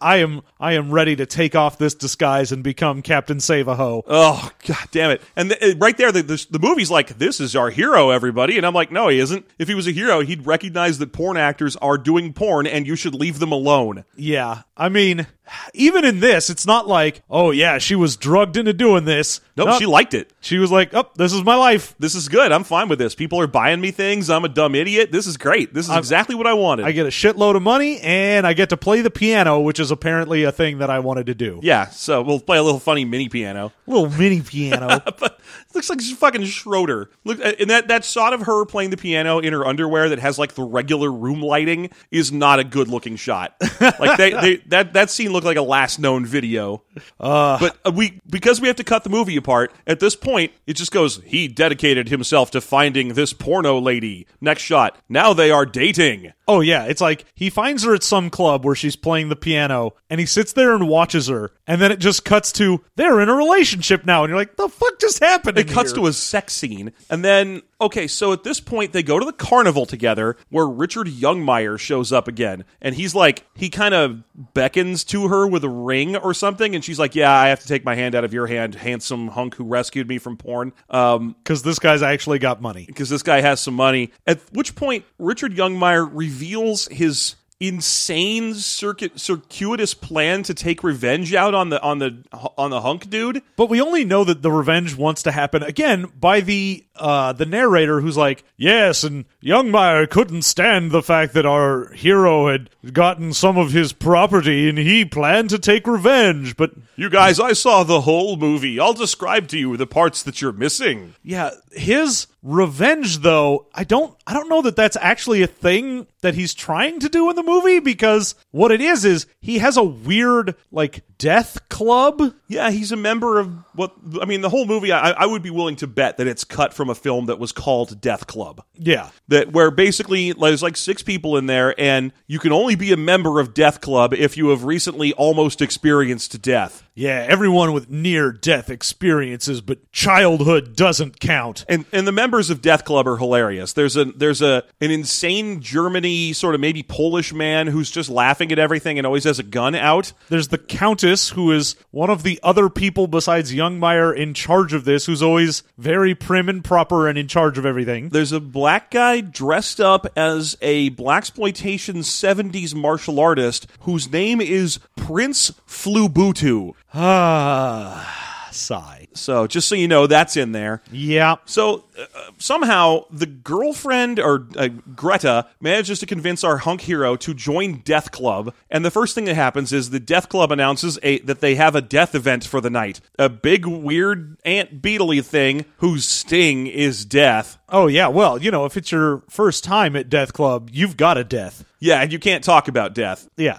I am I am ready to take off this disguise and become Captain Save a Ho.
Oh god damn it! And th- uh, right there, the, the the movie's like, "This is our hero, everybody," and I'm like, "No, he isn't. If he was a hero, he'd recognize that porn actors are doing porn, and you should leave them alone."
Yeah. I mean, even in this, it's not like, oh, yeah, she was drugged into doing this.
No,
Nope.
she liked it.
she was like, oh, this is my life.
This is good. I'm fine with this. People are buying me things. I'm a dumb idiot. This is great. This is exactly what I wanted.
I get a shitload of money and I get to play the piano, which is apparently a thing that I wanted to do.
yeah, so we'll play a little funny mini piano.
Little mini piano.
But it looks like she's fucking Schroeder. Look, uh, and that that shot of her playing the piano in her underwear that has like the regular room lighting is not a good looking shot. Like they, they that that scene look like a last known video. but uh, we because we have to cut the movie apart at this point. It just goes. He dedicated himself to finding this porno lady. Next shot. Now they are dating.
Oh yeah, it's like he finds her at some club where she's playing the piano and he sits there and watches her and then it just cuts to they're in a relationship now and you're like the fuck just happened?
It cuts to a sex scene, and then okay, so at this point they go to the carnival together, where Richard Youngmeyer shows up again, and he's like, he kind of beckons to her with a ring or something, and she's like, "Yeah, I have to take my hand out of your hand, handsome hunk who rescued me from porn." Um,
cuz this guy's actually got money.
because this guy has some money. At which point, Richard Youngmeyer reveals his insane circuit circuitous plan to take revenge out on the on the on the hunk dude.
But we only know that the revenge wants to happen again by the uh, the narrator who's like, yes, and Youngmeyer couldn't stand the fact that our hero had gotten some of his property and he planned to take revenge. But
You guys, I saw the whole movie. I'll describe to you the parts that you're missing.
yeah, his revenge though, I don't I don't know that that's actually a thing that he's trying to do in the movie because what it is is he has a weird like death club
Yeah, he's a member of what I mean. The whole movie, I, I would be willing to bet that it's cut from a film that was called Death Club.
yeah
that where basically there's like six people in there and you can only be a member of death club if you have recently almost experienced death
Yeah, everyone with near death experiences, but childhood doesn't count.
and and the members of death club are hilarious there's a there's a an insane germany sort of maybe polish man who's just laughing at everything and always has a gun out
There's the Countess, who is one of the other people besides Youngmeyer in charge of this, who's always very prim and proper and in charge of everything.
there's a black guy dressed up as a black exploitation 70s martial artist whose name is prince flubutu
Ah, sigh.
so just so you know that's in there
Yeah.
So uh, uh, somehow the girlfriend or uh, Greta manages to convince our hunk hero to join Death Club, and the first thing that happens is the Death Club announces a, that they have a death event for the night. A big weird ant beetley thing whose sting is death.
Oh, yeah. Well, you know, if it's your first time at Death Club, you've got a death.
Yeah, and you can't talk about death.
Yeah.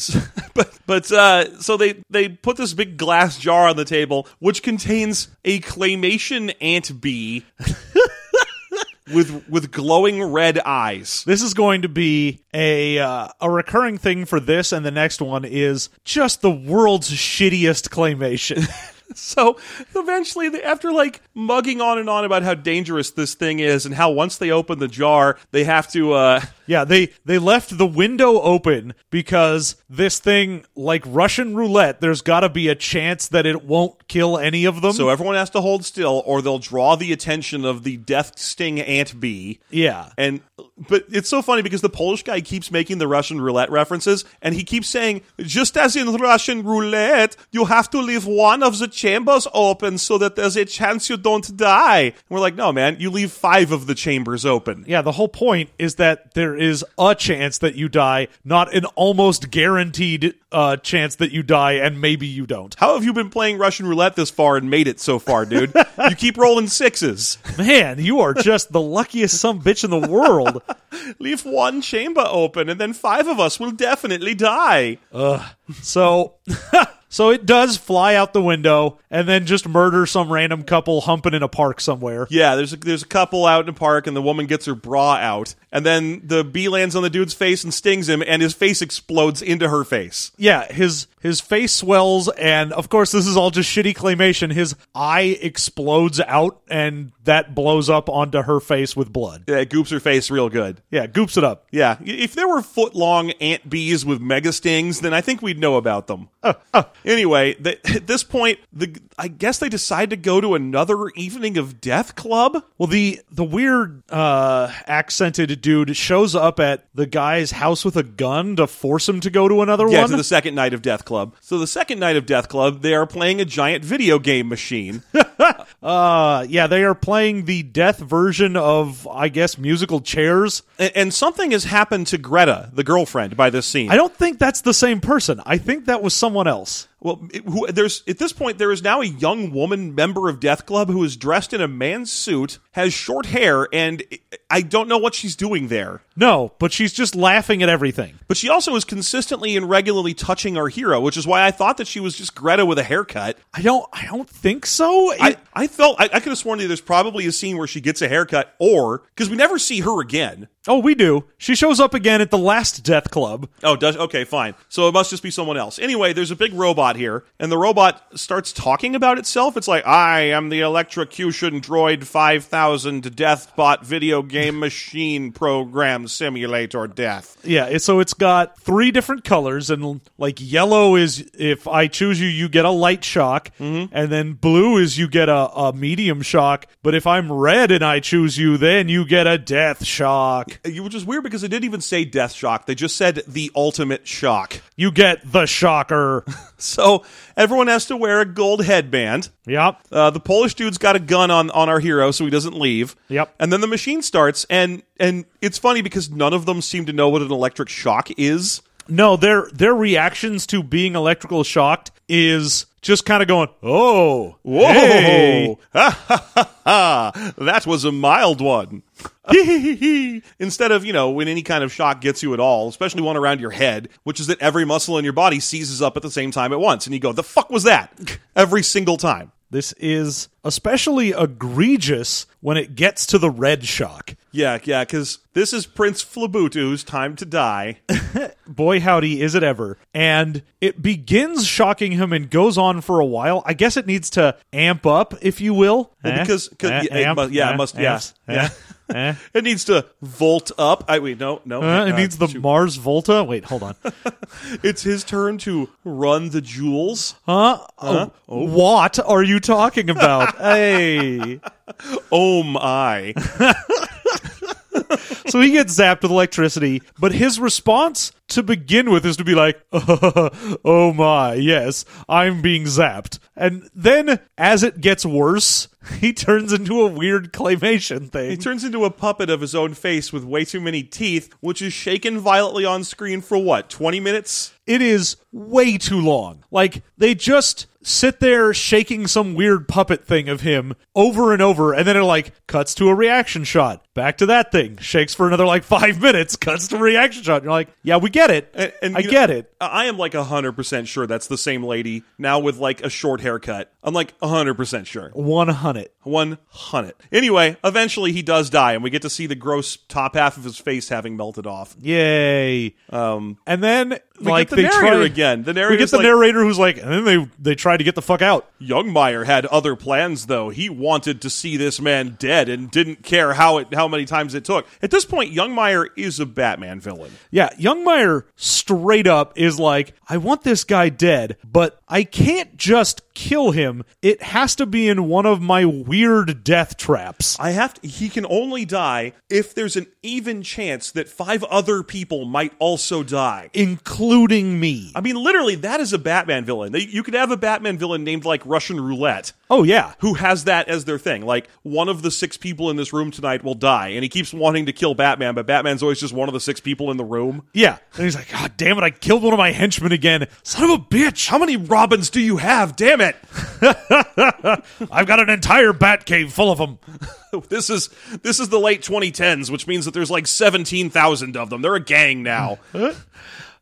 but but uh, so they they put this big glass jar on the table, which contains a claymation ant bee. With with glowing red eyes.
This is going to be a uh, a recurring thing for this, and the next one is just the world's shittiest claymation.
So eventually, they, after like mugging on and on about how dangerous this thing is and how once they open the jar, they have to. uh
Yeah, they they left the window open because this thing like Russian roulette, there's got to be a chance that it won't kill any of them.
So everyone has to hold still, or they'll draw the attention of the death sting ant bee.
yeah.
And but it's so funny because the Polish guy keeps making the Russian roulette references, and he keeps saying, "Just as in Russian roulette, you have to leave one of the chambers open so that there's a chance you don't die." And we're like, "No, man, you leave five of the chambers open."
yeah, the whole point is that there is a chance that you die, not an almost guaranteed uh, chance that you die, and maybe you don't.
How have you been playing Russian roulette this far and made it so far, dude? you keep rolling sixes.
Man, you are just the luckiest some bitch in the world.
Leave one chamber open, and then five of us will definitely die.
So so it does fly out the window and then just murder some random couple humping in a park somewhere.
Yeah, there's a, there's a couple out in a park, and the woman gets her bra out, and then the bee lands on the dude's face and stings him, and his face explodes into her face.
yeah his his face swells and of course this is all just shitty claymation his eye explodes out and that blows up onto her face with blood
Yeah, it goops her face real good.
yeah goops it up
Yeah, i- if there were foot long ant bees with mega stings, then I think we'd know about them. Anyway, th at this point, the I guess they decide to go to another evening of death club.
well the the weird uh accented dude shows up at the guy's house with a gun to force him to go to another
Yeah,
one
to the second night of Death Club. So the second night of Death Club, they are playing a giant video game machine.
uh yeah they are playing the death version of i guess musical chairs
and, and something has happened to Greta, the girlfriend, by this scene.
i don't think that's the same person i think that was someone else
Well, it- who, there's at this point there is now a young woman member of Death Club who is dressed in a man's suit, has short hair, and I don't know what she's doing there.
No, but she's just laughing at everything.
But she also is consistently and regularly touching our hero, which is why I thought that she was just Greta with a haircut.
I don't. I don't think so.
I,
It-
I felt I, I could have sworn that there's probably a scene where she gets a haircut, or because we never see her again.
oh, we do. She shows up again at the last Death Club.
Oh, does okay, fine. So it must just be someone else. Anyway, there's a big robot here, and the robot starts talking about itself. It's like, I am the electrocution droid five thousand deathbot video game machine program simulator death.
Yeah, it- so it's got three different colors, and like yellow is if I choose you, you get a light shock, and then blue is you get a, a medium shock. But if I'm red and I choose you, then you get a death shock.
You- Which is weird because they didn't even say death shock. They just said the ultimate shock.
You get the shocker.
So everyone has to wear a gold headband.
yep.
Uh, the Polish dude's got a gun on, on our hero, so he doesn't leave.
Yep.
And then the machine starts, and and it's funny because none of them seem to know what an electric shock is.
No, their their reactions to being electrical shocked is just kind of going, oh,
Whoa!
hey."
Ha ha ha ha! That was a mild one. Instead of you know when any kind of shock gets you at all, especially one around your head, which is that every muscle in your body seizes up at the same time at once, and you go, "The fuck was that?" every single time.
This is especially egregious when it gets to the red shock.
Yeah, yeah, because this is Prince Flabutu's time to die.
boy howdy is it ever and it begins shocking him and goes on for a while i guess it needs to amp up if you will Eh?
Well, because- 'cause- yeah, it must- yeah, it must- yeah, yeah.
yeah.
It needs to volt up. I wait, no, no.
Uh, Eh? it
uh,
needs the
shoot.
mars volta wait hold on
It's his turn to run the jewels.
huh oh, what are you talking about hey
Oh my!
so he gets zapped with electricity but his response to begin with is to be like oh my yes i'm being zapped and then as it gets worse he turns into a weird claymation thing
He turns into a puppet of his own face with way too many teeth, which is shaken violently on screen for what twenty minutes?
it is way too long. Like they just sit there shaking some weird puppet thing of him over and over and then it like cuts to a reaction shot. Back to that thing. Shakes for another like 5 minutes, cuts to a reaction shot. And you're like, "Yeah, we get it.
And, and,
I
you know,
get it."
I am like hundred percent sure that's the same lady now with like a short haircut. I'm like hundred percent sure.
100.
One hundred. Anyway, eventually he does die, and we get to see the gross top half of his face having melted off.
Yay. Um and then like
the
they
narrator
try
again. The
We get
narrator's
the
like-
narrator who's like, and then they they try to get the fuck out.
Youngmeyer had other plans, though. He wanted to see this man dead and didn't care how it how many times it took. At this point, Youngmeyer is a Batman villain.
Yeah, Youngmeyer straight up is like, I want this guy dead, but I can't just kill him. It has to be in one of my weird death traps.
I have to, he can only die if there's an even chance that five other people might also die.
Including me.
I mean, literally, that is a Batman villain. They- You could have a Batman villain named like Russian Roulette.
Oh, yeah.
Who has that as their thing? Like one of the six people in this room tonight will die, and he keeps wanting to kill Batman, but Batman's always just one of the six people in the room.
Yeah. And he's like, God damn it, I killed one of my henchmen again. Son of a bitch.
How many Robins do you have? Damn it!
I've got an entire bat cave full of them.
This is this is the late 2010s, which means that there's like 17,000 of them. They're a gang now.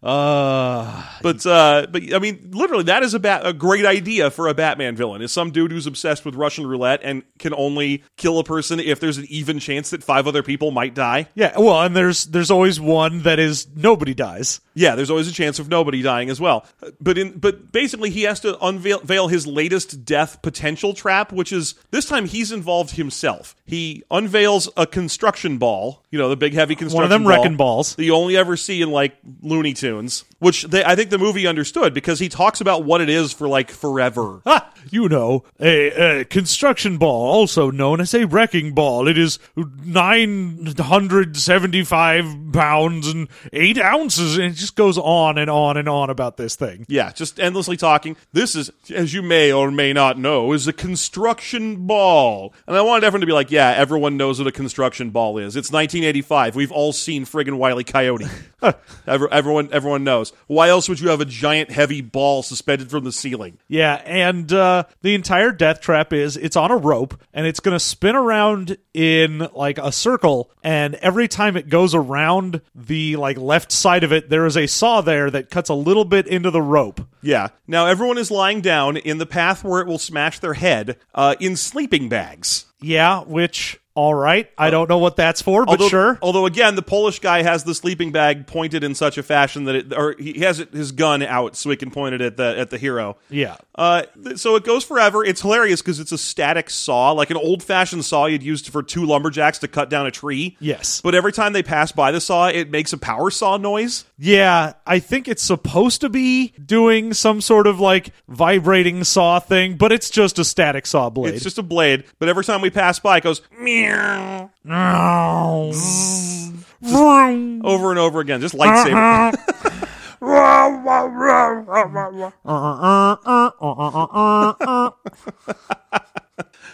Uh,
but uh, but I mean, literally, that is a bat- a great idea for a Batman villain. Is some dude who's obsessed with Russian roulette and can only kill a person if there's an even chance that five other people might die.
yeah. Well, and there's there's always one that is nobody dies.
Yeah, there's always a chance of nobody dying as well. But in but basically, he has to unveil veil his latest death potential trap, which is this time he's involved himself. He unveils a construction ball, you know, the big heavy construction
One of them
ball.
wrecking balls.
that you only ever see in like Looney Tunes, which they, I think the movie understood because he talks about what it is for like forever.
Ah, you know, a, a construction ball, also known as a wrecking ball. It is 975 pounds and 8 ounces. And it's just just goes on and on and on about this thing.
Yeah, just endlessly talking. This is, as you may or may not know, is a construction ball. And I wanted everyone to be like, yeah, everyone knows what a construction ball is. It's 1985. We've all seen friggin' Wiley Coyote. Every, everyone, everyone knows. Why else would you have a giant heavy ball suspended from the ceiling?
Yeah, and uh, the entire death trap is it's on a rope and it's going to spin around in like a circle. And every time it goes around the like left side of it, there is a saw there that cuts a little bit into the rope.
Yeah. Now everyone is lying down in the path where it will smash their head uh, in sleeping bags.
Yeah, which all right, I don't know what that's for, but
although, oh.
sure.
Although again, the Polish guy has the sleeping bag pointed in such a fashion that it, or he has it, his gun out so he can point it at the at the hero.
Yeah.
Uh, th- so it goes forever. It's hilarious because it's a static saw, like an old fashioned saw you'd use for two lumberjacks to cut down a tree.
Yes.
But every time they pass by the saw, it makes a power saw noise.
Yeah, I think it's supposed to be doing some sort of like vibrating saw thing, but it's just a static saw blade.
It's just a blade. But every time we pass by, it goes meow
Vroom.
over and over again, just lightsaber.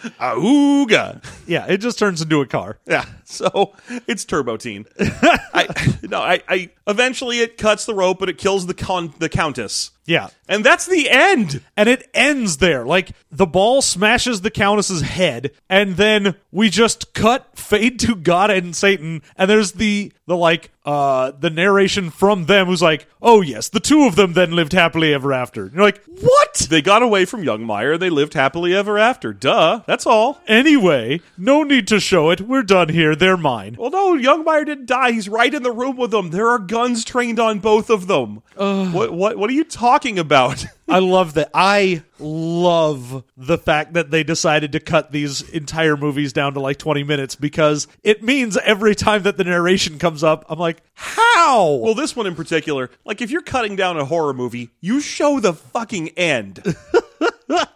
Ooga.
yeah, it just turns into a car.
Yeah, so it's Turbo Teen. I, no, I, I eventually it cuts the rope, but it kills the con- the Countess,
Yeah.
and that's the end.
And it ends there. Like the ball smashes the Countess's head, and then we just cut fade to God and Satan, and there's the the like uh the narration from them who's like, Oh yes, the two of them then lived happily ever after. And you're like, What?
They got away from Youngmeyer. They lived happily ever after. Duh, that's all.
Anyway, no need to show it. We're done here. They're mine.
Well, no, Youngmeyer didn't die. He's right in the room with them. There are guns trained on both of them. what what what are you talking about?
I love that. I love the fact that they decided to cut these entire movies down to like 20 minutes because it means every time that the narration comes up, I'm like, how?
Well, this one in particular, like if you're cutting down a horror movie, you show the fucking end.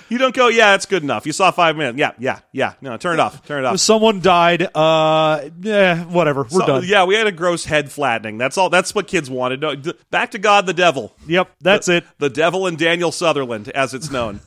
you don't go, yeah, it's good enough. You saw five minutes. Yeah, yeah, yeah. No, turn it off. Turn it off.
Someone died. Uh, yeah, whatever. We're
So-
done.
Yeah, we had a gross head flattening. That's all. That's what kids wanted. No, d- back to God, the devil.
Yep, that's it.
The devil and Daniel Sutherland, as it's known.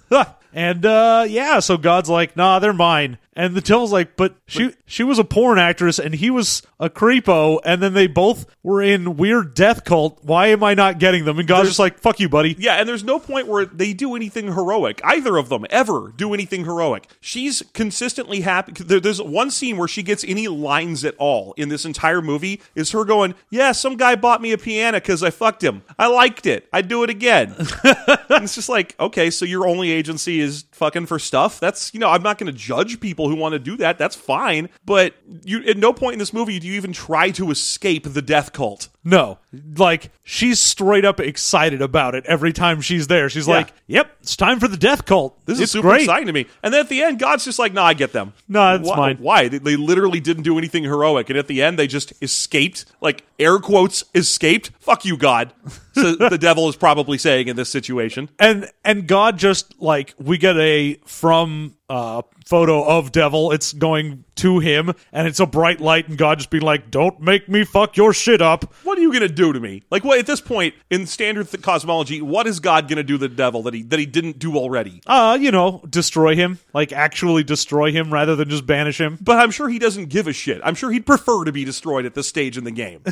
And uh, yeah, so God's like, nah, they're mine. And the devil's like, but she she was a porn actress and he was a creepo, and then they both were in weird death cult. Why am I not getting them? And God's just like, fuck you, buddy.
yeah, and there's no point where they do anything heroic. Either of them ever do anything heroic. She's consistently happy. There, there's one scene where she gets any lines at all in this entire movie is her going, "Yeah, some guy bought me a piano because I fucked him. I liked it. I'd do it again." And it's just like, okay, so your only agency is fucking for stuff. That's you know, I'm not going to judge people who want to do that. That's fine. But you, at no point in this movie do you even try to escape the death cult.
No, like she's straight up excited about it every time she's there. She's
Yeah.
like, yep, it's time for the death cult.
This
it's
is super
great.
exciting to me. And then at the end, God's just like, "No, I get them.
Nah, it's
why,
mine."
Why? They, they literally didn't do anything heroic, and at the end, they just escaped. Like air quotes, escaped. Fuck you, God. So the devil is probably saying in this situation.
and and god just like we get a from uh photo of devil it's going to him and it's a bright light and god just being like don't make me fuck your shit up
What are you gonna do to me? Like, what at this point in standard th- cosmology, what is God gonna do to the devil that he that he didn't do already?
uh you know destroy him like actually destroy him rather than just banish him
But I'm sure he doesn't give a shit. I'm sure he'd prefer to be destroyed at this stage in the game.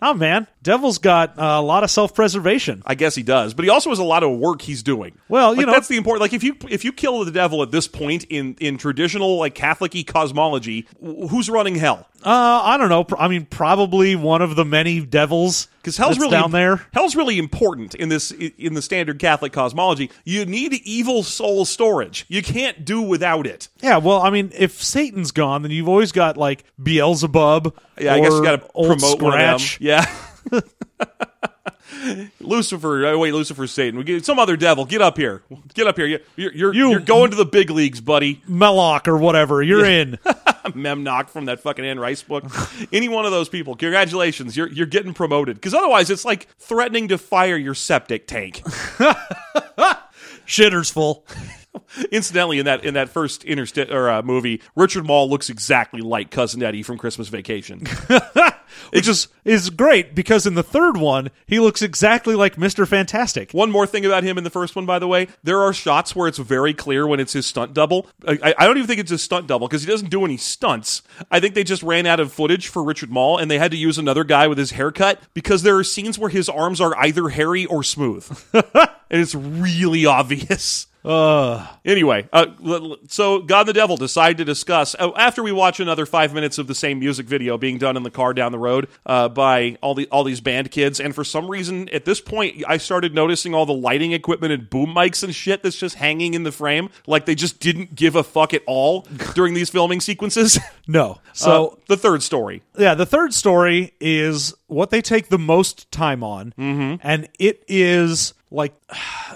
oh man devil's got uh, a lot of self-preservation
I guess he does, but he also has a lot of work he's doing.
Well, you
Like,
know-
that's the important. Like if you if you kill the devil at this point in in traditional like Catholic cosmology, wh- who's running hell?
uh i don't know pr- i mean probably one of the many devils
Because hell's
that's
really
down there
Hell's really important in this in the standard Catholic cosmology. You need evil soul storage. You can't do without it.
yeah, well, I mean, if Satan's gone, then you've always got like Beelzebub.
Yeah, I guess you
or
got to
Old
promote
Scratch.
one of them. Yeah. Lucifer, uh, wait, Lucifer, Satan, we get, some other devil. Get up here, get up here. You- You're you're,
You-
you're going to the big leagues, buddy.
Melloc or whatever. You're in.
Memnock from that fucking Anne Rice book. Any one of those people, congratulations, you're you're getting promoted. Because otherwise, it's like threatening to fire your septic tank.
Shitter's full.
Incidentally, in that in that first intersti- or uh, movie, Richard Mall looks exactly like Cousin Eddie from Christmas Vacation.
which is is great because in the third one he looks exactly like Mister Fantastic.
One more thing about him in the first one, by the way, there are shots where it's very clear when it's his stunt double. I, I- I don't even think it's his stunt double because he doesn't do any stunts. I think they just ran out of footage for Richard Mall and they had to use another guy with his haircut because there are scenes where his arms are either hairy or smooth, and it's really obvious. Anyway, uh, l- l- so God and the Devil decide to discuss oh, after we watch another five minutes of the same music video being done in the car down the road uh, by all the all these band kids, and for some reason at this point I started noticing all the lighting equipment and boom mics and shit that's just hanging in the frame, like they just didn't give a fuck at all during these filming sequences.
No, so
So the third story,
yeah, the third story is what they take the most time on, and it is like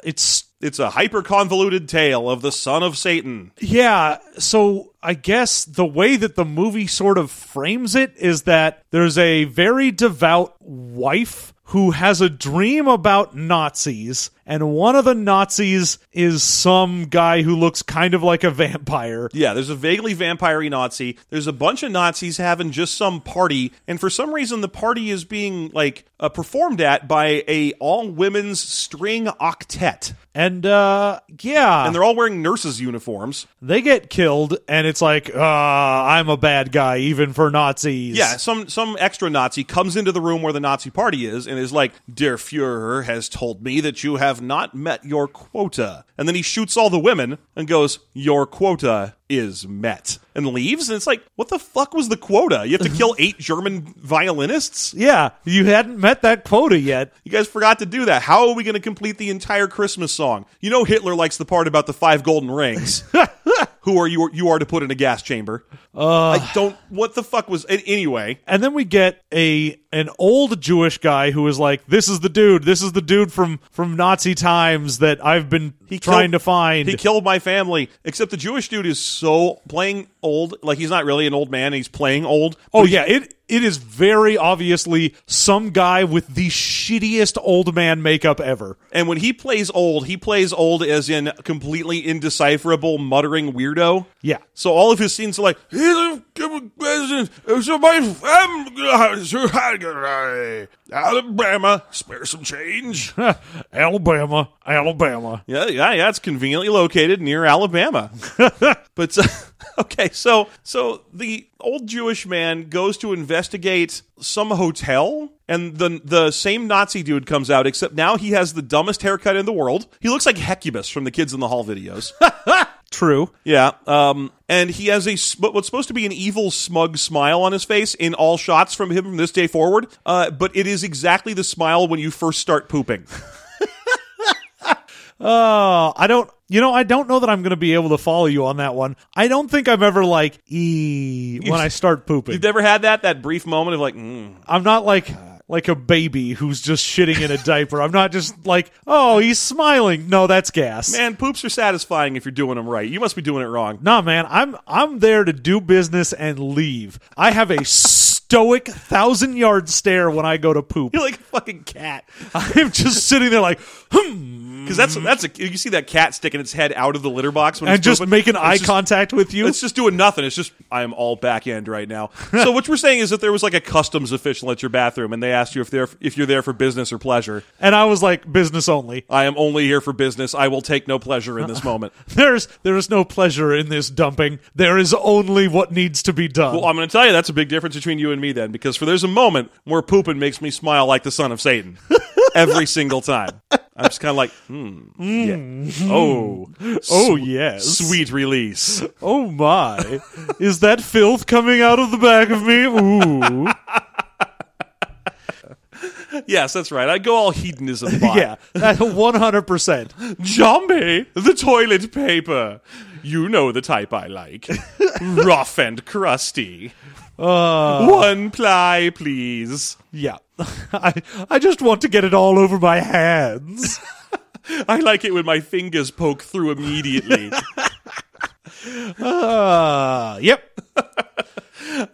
it's
it's a hyper convoluted tale of the son of Satan.
Yeah, so I guess the way that the movie sort of frames it is that there's a very devout wife who has a dream about Nazis, and one of the Nazis is some guy who looks kind of like a vampire.
Yeah, there's a vaguely vampire Nazi. There's a bunch of Nazis having just some party, and for some reason the party is being like uh, performed at by a all women's string octet,
And uh yeah,
and they're all wearing nurses' uniforms.
they get killed and it's like, uh, I'm a bad guy even for Nazis.
Yeah, some some extra Nazi comes into the room where the Nazi party is and is like, "Dear Führer has told me that you have not met your quota," and then he shoots all the women and goes, "Your quota." Is met and leaves, and it's like, what the fuck was the quota? You have to kill eight German violinists?
Yeah, you hadn't met that quota yet.
You guys forgot to do that. How are we going to complete the entire Christmas song? You know Hitler likes the part about the five golden rings. Who are you? You are to put in a gas chamber. I don't. What the fuck was? a- Anyway,
And then we get a an old Jewish guy who is like, "This is the dude. This is the dude from from Nazi times that I've been trying
killed-
to find."
he killed my family. Except the Jewish dude is so playing old. Like he's not really an old man. He's playing old.
oh yeah, it it is very obviously some guy with the shittiest old man makeup ever.
And when he plays old, he plays old as in completely indecipherable, muttering weirdo.
Yeah.
So all of his scenes are like, "He's a good president. It's a my fam- Alabama, spare some change. yeah,
Alabama, Alabama.
yeah, yeah. It's conveniently located near Alabama. but uh, okay, so so the old Jewish man goes to investigate some hotel. And the the same Nazi dude comes out, except now he has the dumbest haircut in the world. He looks like Hecubus from the Kids in the Hall videos.
True.
Yeah. Um, and he has a sm- what's supposed to be an evil, smug smile on his face in all shots from him from this day forward. Uh, but it is exactly the smile when you first start pooping.
Uh, I don't. You know, I don't know that I'm going to be able to follow you on that one. I don't think I'm ever like ee when I start pooping.
You've never had that that brief moment of like, mm.
I'm not like like a baby who's just shitting in a diaper. I'm not just like, oh, he's smiling. No, that's gas.
man, poops are satisfying if you're doing them right. You must be doing it wrong.
Nah, man, I'm I'm there to do business and leave. I have a stoic thousand yard stare when I go to poop.
You're like a fucking cat
I'm just sitting there like, hmm,
because that's that's a you see that cat sticking its head out of the litter box when
and
it's
just
pooping?
making eye
It's just-
contact with you.
It's just doing nothing. It's just I'm all back end right now. So what we're saying is that there was like a customs official at your bathroom, and they asked you if they're if you're there for business or pleasure.
And I was like, business only.
I am only here for business. I will take no pleasure in this moment.
There's there is no pleasure in this dumping. There is only what needs to be done.
Well, I'm going to tell you that's a big difference between you and me then, because for there's a moment where pooping makes me smile like the son of Satan every single time. I'm just kind of like, hmm, yeah. oh,
oh
sw-
yes.
sweet release.
Oh my. is that filth coming out of the back of me? Ooh.
yes, that's right. I go all hedonism. Bot.
yeah. That 100%.
Zombie, the toilet paper. You know the type I like. Rough and crusty.
Ah.
One ply, please.
Yeah. I I just want to get it all over my hands.
I like it when my fingers poke through immediately.
Uh, yep.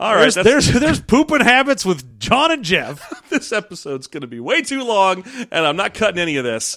All right,
There's,
that's,
there's there's pooping habits with John and Jeff.
this episode's going to be way too long, and I'm not cutting any of this.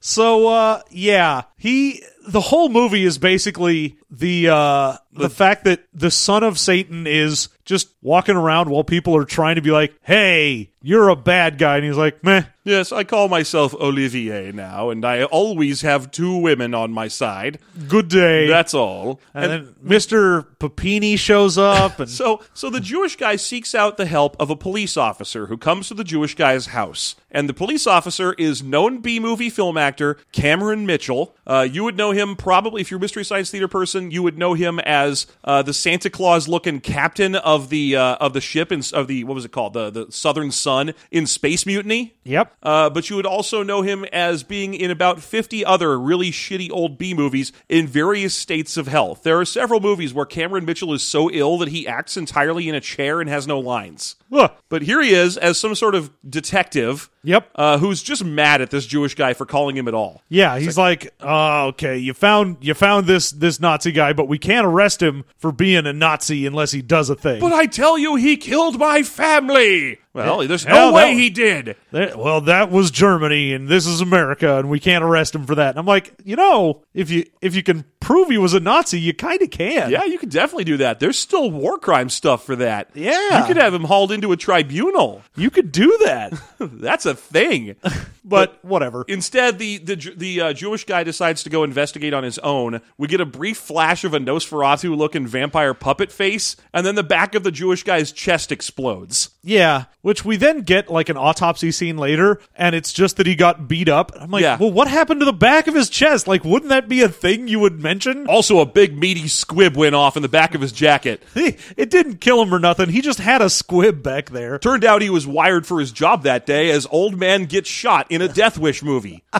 So uh yeah, he the whole movie is basically the uh the fact that the son of Satan is just walking around while people are trying to be like, "Hey, you're a bad guy," and he's like, "Meh."
Yes, I call myself Olivier now, and I always have two women on my side.
Good day.
That's all.
and, then Mr. Papini shows up and
So, so the Jewish guy seeks out the help of a police officer who comes to the Jewish guy's house, and the police officer is known B movie film actor Cameron Mitchell. Uh, you would know him probably if you're a Mystery Science Theater person. You would know him as uh, the Santa Claus looking captain of the uh, of the ship in, of the what was it called the the Southern Sun in Space Mutiny.
Yep.
Uh, but you would also know him as being in about 50 other really shitty old B movies in various states of health. There are several movies where Cameron Mitchell is so ill that he acts entirely in a chair and has no lines.
Ugh.
But here he is as some sort of detective.
Yep.
Uh, who's just mad at this Jewish guy for calling him at all.
Yeah, he's like, "Oh, okay, you found you found this this Nazi guy, but we can't arrest him for being a Nazi unless he does a thing."
But uh, I tell you, he killed my family. Well, there's
hell,
no
that
way
was-
he did.
They- well, that was Germany, and this is America, and we can't arrest him for that. And I'm like, you know, if you if you can prove he was a Nazi, you kind of can.
Yeah, you could definitely do that. There's still war crime stuff for that.
Yeah.
You could have him hauled into a tribunal.
you could do that.
That's a thing.
But whatever.
Instead, the the Ju- the uh, Jewish guy decides to go investigate on his own. We get a brief flash of a Nosferatu looking vampire puppet face, and then the back of the Jewish guy's chest explodes.
yeah, which we then get like an autopsy scene later, and it's just that he got beat up. I'm like,
Yeah.
well, what happened to the back of his chest? Like, wouldn't that be a thing you would mention?
Also, a big meaty squib went off in the back of his jacket.
It didn't kill him or nothing. He just had a squib back there.
Turned out he was wired for his job that day as old man gets shot in a Death Wish movie.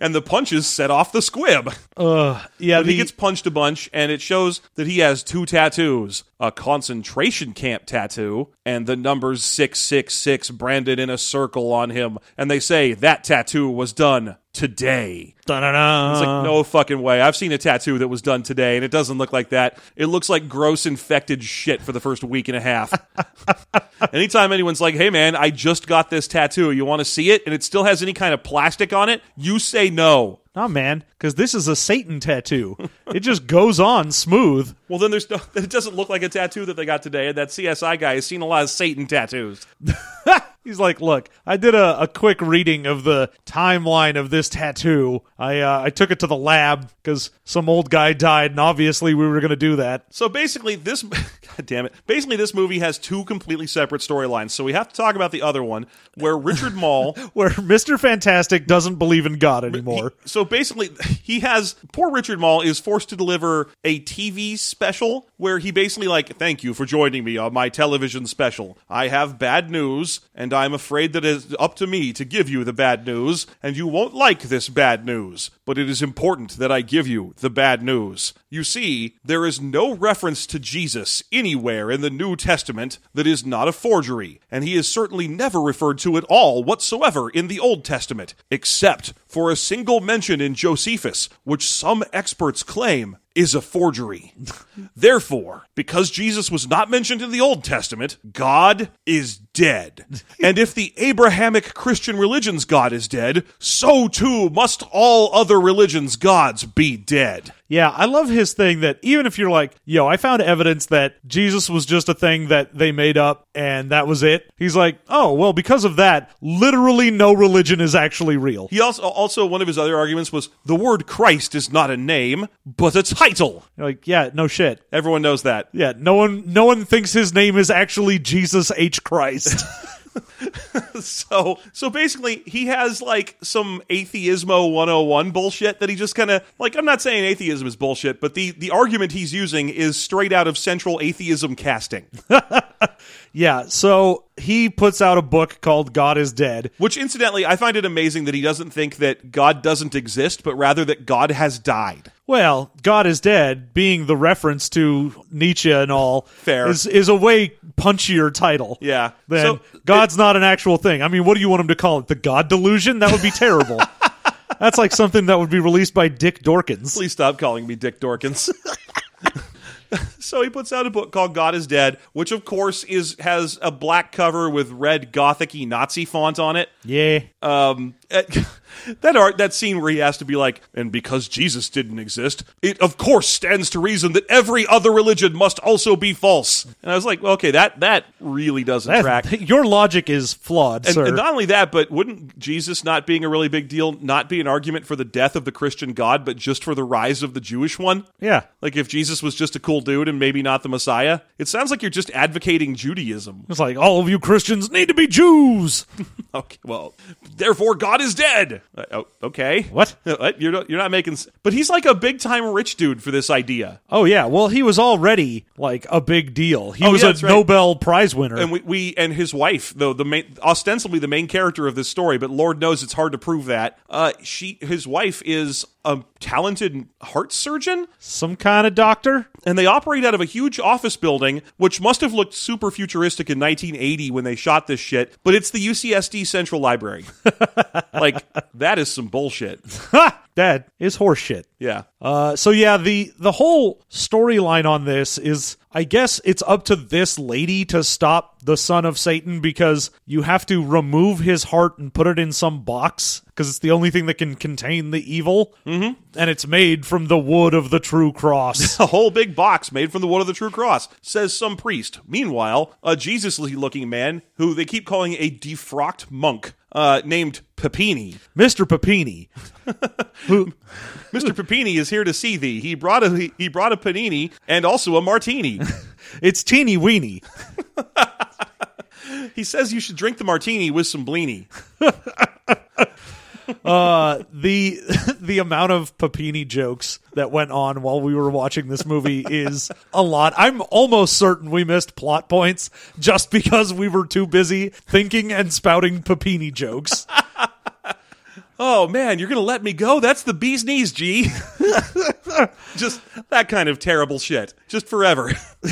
and the punches set off the squib.
Yeah,
But he
the-
gets punched a bunch, and it shows that he has two tattoos a concentration camp tattoo, and the numbers 666 branded in a circle on him. And they say that tattoo was done today.
Dun-dun-dun.
It's like, no fucking way. I've seen a tattoo that was done today, and it doesn't look like that. It looks like gross, infected shit for the first week and a half. Anytime anyone's like, hey, man, I just got this tattoo. You want to see it? And it still has any kind of plastic on it, you say no.
Nah, man, because this is a Satan tattoo. it just goes on smooth.
Well, then there's no, it doesn't look like a tattoo that they got today. And that CSI guy has seen a lot of Satan tattoos.
He's like, look, I did a, a quick reading of the timeline of this tattoo. I uh, I took it to the lab because some old guy died, and obviously we were gonna do that.
So basically, this God damn it. Basically, this movie has two completely separate storylines. So we have to talk about the other one where Richard Mall.
Where Mister Fantastic doesn't believe in God anymore.
So basically, he has poor Richard Mall is forced to deliver a TV special where he basically like, "Thank you for joining me on my television special. I have bad news, and I'm afraid that it's up to me to give you the bad news, and you won't like this bad news. But it is important that I give you the bad news. You see, there is no reference to Jesus anywhere in the New Testament that is not a forgery, and he is certainly never referred to at all whatsoever in the Old Testament, except for a single mention in Josephus, which some experts claim is a forgery. Therefore, because Jesus was not mentioned in the Old Testament, God is dead. and if the Abrahamic Christian religion's God is dead, so too must all other religions' gods be dead.
Yeah, I love his thing that even if you're like, yo, I found evidence that Jesus was just a thing that they made up and that was it. He's like, oh, well, because of that, literally no religion is actually real.
He also also one of his other arguments was the word Christ is not a name, but a title.
You're like, yeah, no shit.
Everyone knows that.
Yeah, no one no one thinks his name is actually Jesus H Christ.
So so basically he has like some atheismo 101 bullshit that he just kind of like I'm not saying atheism is bullshit, but the the argument he's using is straight out of central atheism casting,
yeah, so he puts out a book called God is Dead.
which incidentally I find it amazing that he doesn't think that God doesn't exist, but rather that God has died.
Well, God is Dead being the reference to Nietzsche and all
Fair.
is is a way punchier title.
Yeah.
Then
So-
God's not an actual thing. I mean, what do you want him to call it? The God delusion? That would be terrible. That's like something that would be released by Dick Dorkins.
Please stop calling me Dick Dorkins. so he puts out a book called God is Dead, which of course is has a black cover with red gothicy Nazi font on it.
Yeah.
Um, at- that art, that scene where he has to be like, and because Jesus didn't exist, it of course stands to reason that every other religion must also be false. And I was like, well, okay, that that really doesn't track.
That, your logic is flawed,
And,
sir.
and not only that, but wouldn't Jesus not being a really big deal not be an argument for the death of the Christian God, but just for the rise of the Jewish one?
yeah.
Like if Jesus was just a cool dude and maybe not the Messiah, it sounds like you're just advocating Judaism.
It's like all of you Christians need to be Jews.
Okay, well, therefore God is dead. Uh, oh, okay,
What?
Uh, You're not, you're not making. s- But he's like a big time rich dude for this idea,
Oh yeah, well he was already like a big deal. He was
Oh, yeah,
a
that's right.
Nobel Prize winner.
and we, we and his wife though the main, ostensibly the main character of this story, but Lord knows it's hard to prove that. Uh, she his wife is a talented heart surgeon,
Some kind of doctor.
and they operate out of a huge office building, which must have looked super futuristic in 1980 when they shot this shit. But it's the UCSD Central Library. like that is some bullshit.
Ha! That is horseshit.
Yeah.
Uh, so yeah, the the whole storyline on this is, I guess, it's up to this lady to stop the son of Satan because you have to remove his heart and put it in some box because it's the only thing that can contain the evil, mm-hmm. and it's made from the wood of the true cross.
A whole big box made from the wood of the true cross, says some priest. Meanwhile, a Jesus looking man who they keep calling a defrocked monk uh, named Pepini.
Mister Papini,
Mr. Pepini is here to see thee. He brought a he brought a panini and also a martini.
it's teeny weeny.
he says you should drink the martini with some blini.
Uh, the the amount of Papini jokes that went on while we were watching this movie is a lot. I'm almost certain we missed plot points just because we were too busy thinking and spouting Papini jokes.
Oh man, you're gonna let me go? That's the bee's knees, G. Just that kind of terrible shit. Just forever.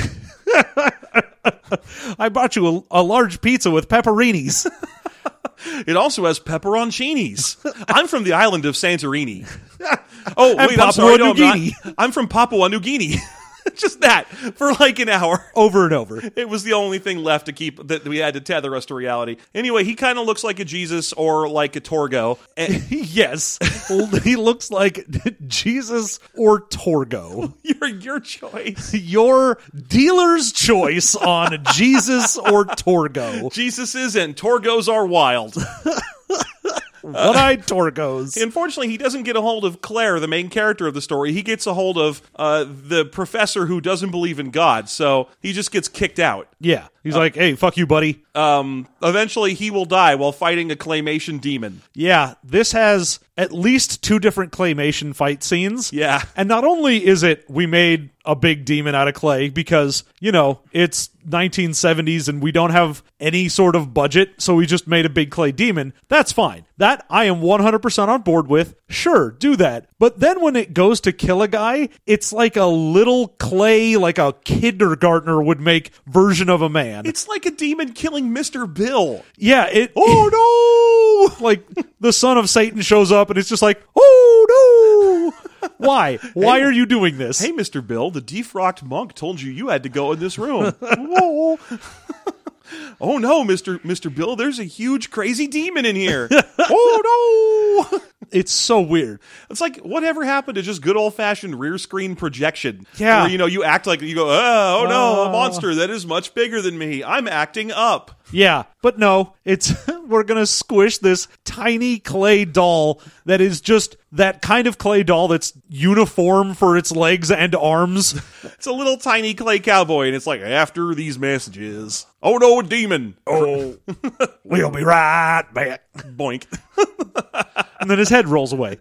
I bought you a, a large pizza with pepperonis.
It also has pepperoncinis. I'm from the island of Santorini. Oh, wait, I'm
Papua
sorry, no,
New
I'm, not.
Guinea.
I'm from Papua New Guinea. Just that for like an hour.
Over and over.
It was the only thing left to keep that we had to tether us to reality. Anyway, he kind of looks like a Jesus or like a Torgo. And
Yes. he looks like Jesus or Torgo.
your your choice.
Your dealer's choice on Jesus or Torgo.
Jesuses and Torgos are wild.
One eyed Torgos.
Unfortunately, he doesn't get a hold of Claire, the main character of the story. He gets a hold of uh, the professor who doesn't believe in God, so he just gets kicked out.
Yeah. He's like, hey, fuck you, buddy.
Um, eventually, he will die while fighting a claymation demon.
Yeah, this has at least two different claymation fight scenes.
Yeah.
And not only is it we made a big demon out of clay because, you know, it's 1970s and we don't have any sort of budget, so we just made a big clay demon. That's fine. That I am 100% on board with. Sure, do that. But then when it goes to kill a guy, it's like a little clay like a kindergartner would make version of a man.
It's like a demon killing Mr. Bill.
Yeah, it. Oh no! like the son of Satan shows up, and it's just like, oh no! Why? Why are you doing this?
Hey, Mr. Bill, the defrocked monk told you you had to go in this room.
whoa.
oh no, Mr. Mr. Bill, there's a huge crazy demon in here. oh no.
It's so weird.
It's like whatever happened to just good old fashioned rear screen projection.
Yeah.
Where, you know, you act like you go, oh, oh no, a monster that is much bigger than me. I'm acting up.
Yeah, but no, it's we're gonna squish this tiny clay doll that is just that kind of clay doll that's uniform for its legs and arms.
It's a little tiny clay cowboy, and it's like after these messages. Oh no, a demon.
Oh, we'll be right back.
Boink.
And then his head rolls away.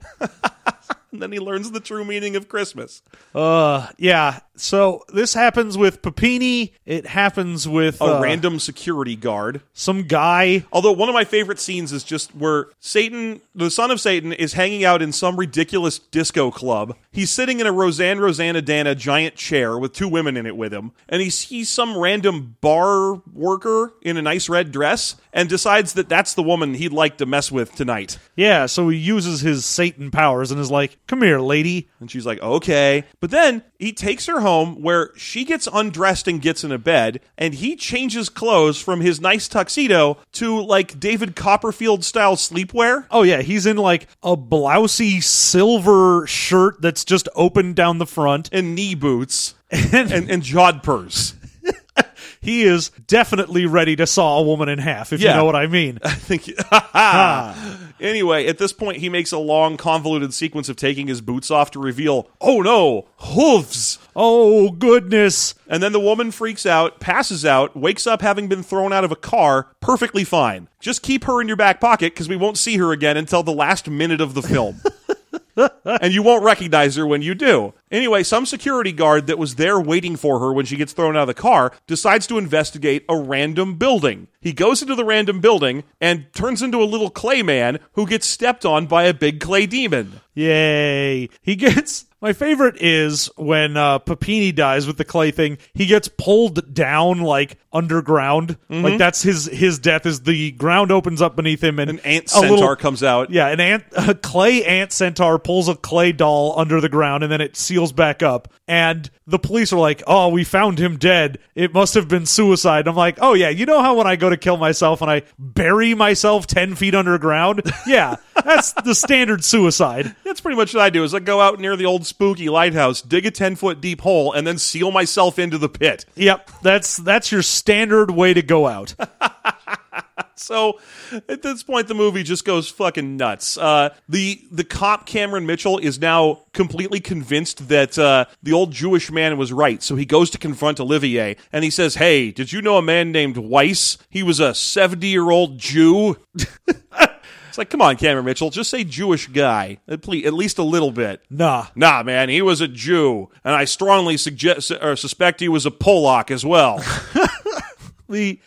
And then he learns the true meaning of Christmas.
Uh, yeah. So this happens with Papini. It happens with
A
uh,
random security guard.
some guy.
Although one of my favorite scenes is just where Satan, the son of Satan, is hanging out in some ridiculous disco club. He's sitting in a Roseanne Rosanna Dana giant chair with two women in it with him, and he sees some random bar worker in a nice red dress and decides that that's the woman he'd like to mess with tonight.
Yeah, so he uses his Satan powers and is like, "Come here, lady."
And she's like, okay. But then He takes her home where she gets undressed and gets in a bed, and he changes clothes from his nice tuxedo to like David Copperfield style sleepwear.
Oh yeah, he's in like a blousy silver shirt that's just open down the front.
and knee boots and, and, jodhpurs.
He is definitely ready to saw a woman in half, if
Yeah.
you know what I mean.
I think. Ah. Anyway, at this point, he makes a long, convoluted sequence of taking his boots off to reveal, oh no, hooves.
oh goodness.
And then the woman freaks out, passes out, wakes up having been thrown out of a car, perfectly fine. Just keep her in your back pocket because we won't see her again until the last minute of the film. and you won't recognize her when you do. Anyway, some security guard that was there waiting for her when she gets thrown out of the car decides to investigate a random building. He goes into the random building and turns into a little clay man who gets stepped on by a big clay demon.
Yay. He gets my favorite is when uh Papini dies with the clay thing, he gets pulled down like underground.
Mm-hmm.
Like that's his his death is the ground opens up beneath him and
An ant
a
centaur
little-
comes out.
Yeah, an ant, a clay ant centaur pulls a clay doll under the ground and then it seals back up. And the police are like, "Oh, we found him dead. It must have been suicide." I'm like, "Oh yeah, you know how when I go to kill myself and I bury myself ten feet underground? Yeah, that's the standard suicide."
That's pretty much what I do. Is I go out near the old spooky lighthouse, dig a ten foot deep hole, and then seal myself into the pit.
Yep, that's that's your standard way to go out.
So at this point, the movie just goes fucking nuts. Uh, the the cop Cameron Mitchell is now completely convinced that uh, the old Jewish man was right. So he goes to confront Olivier, and he says, "Hey, did you know a man named Weiss? He was a seventy year old Jew." It's like, come on, Cameron Mitchell, just say Jewish guy, at ple- at least a little bit.
Nah.
Nah, man, he was a Jew, and I strongly suggest or suspect he was a Polak as well.
The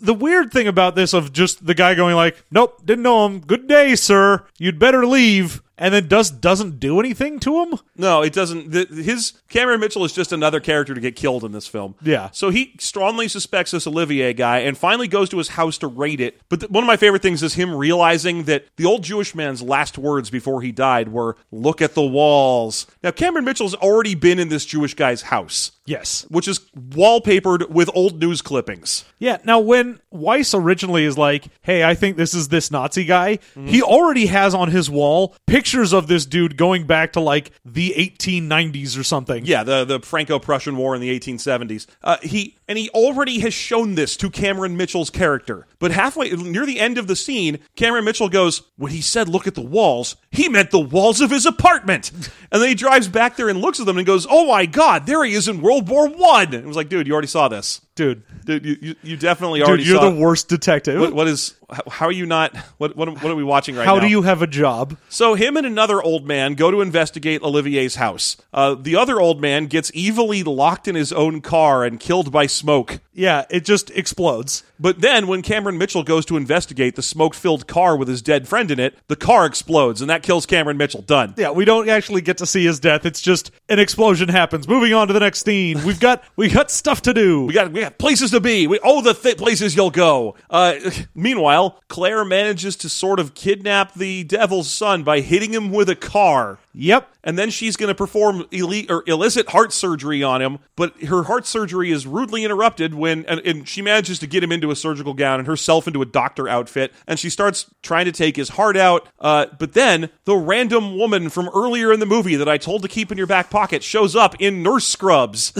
the weird thing about this of just the guy going like, "Nope, didn't know him. Good day, sir. You'd better leave." And then does doesn't do anything to him?
no, it doesn't. Th- his Cameron Mitchell is just another character to get killed in this film.
Yeah.
So he strongly suspects this Olivier guy, and finally goes to his house to raid it. But th- one of my favorite things is him realizing that the old Jewish man's last words before he died were "Look at the walls." Now, Cameron Mitchell's already been in this Jewish guy's house.
Yes.
Which is wallpapered with old news clippings.
Yeah. Now, when Weiss originally is like, "Hey, I think this is this Nazi guy,"
Mhm.
he already has on his wall pictures of this dude going back to like the 1890s or something.
Yeah, the the Franco-Prussian War in the 1870s. Uh, he and he already has shown this to Cameron Mitchell's character. But halfway near the end of the scene, Cameron Mitchell goes, "When he said look at the walls, he meant the walls of his apartment." And then he drives back there and looks at them and goes, "Oh my God, there he is in World War One." It was like, dude, you already saw this.
dude.
Dude, you, you, you definitely
Dude,
already
you're
saw.
the worst detective.
what, what is? How are you not? What what, what are we watching right
How
now?
do you have a job?
So him and another old man go to investigate Olivier's house. Uh, the other old man gets evilly locked in his own car and killed by smoke.
Yeah, it just explodes.
But then, when Cameron Mitchell goes to investigate the smoke-filled car with his dead friend in it, the car explodes and that kills Cameron Mitchell. Done.
Yeah, we don't actually get to see his death. It's just an explosion happens. Moving on to the next scene. We've got we got stuff to do.
We got we got places to be. We oh the th- places you'll go. Uh, meanwhile, Claire manages to sort of kidnap the devil's son by hitting him with a car.
yep.
and then she's going to perform elite or illicit heart surgery on him. But her heart surgery is rudely interrupted when, and, and she manages to get him into a surgical gown and herself into a doctor outfit, and she starts trying to take his heart out. Uh, but then the random woman from earlier in the movie that I told to keep in your back pocket shows up in nurse scrubs,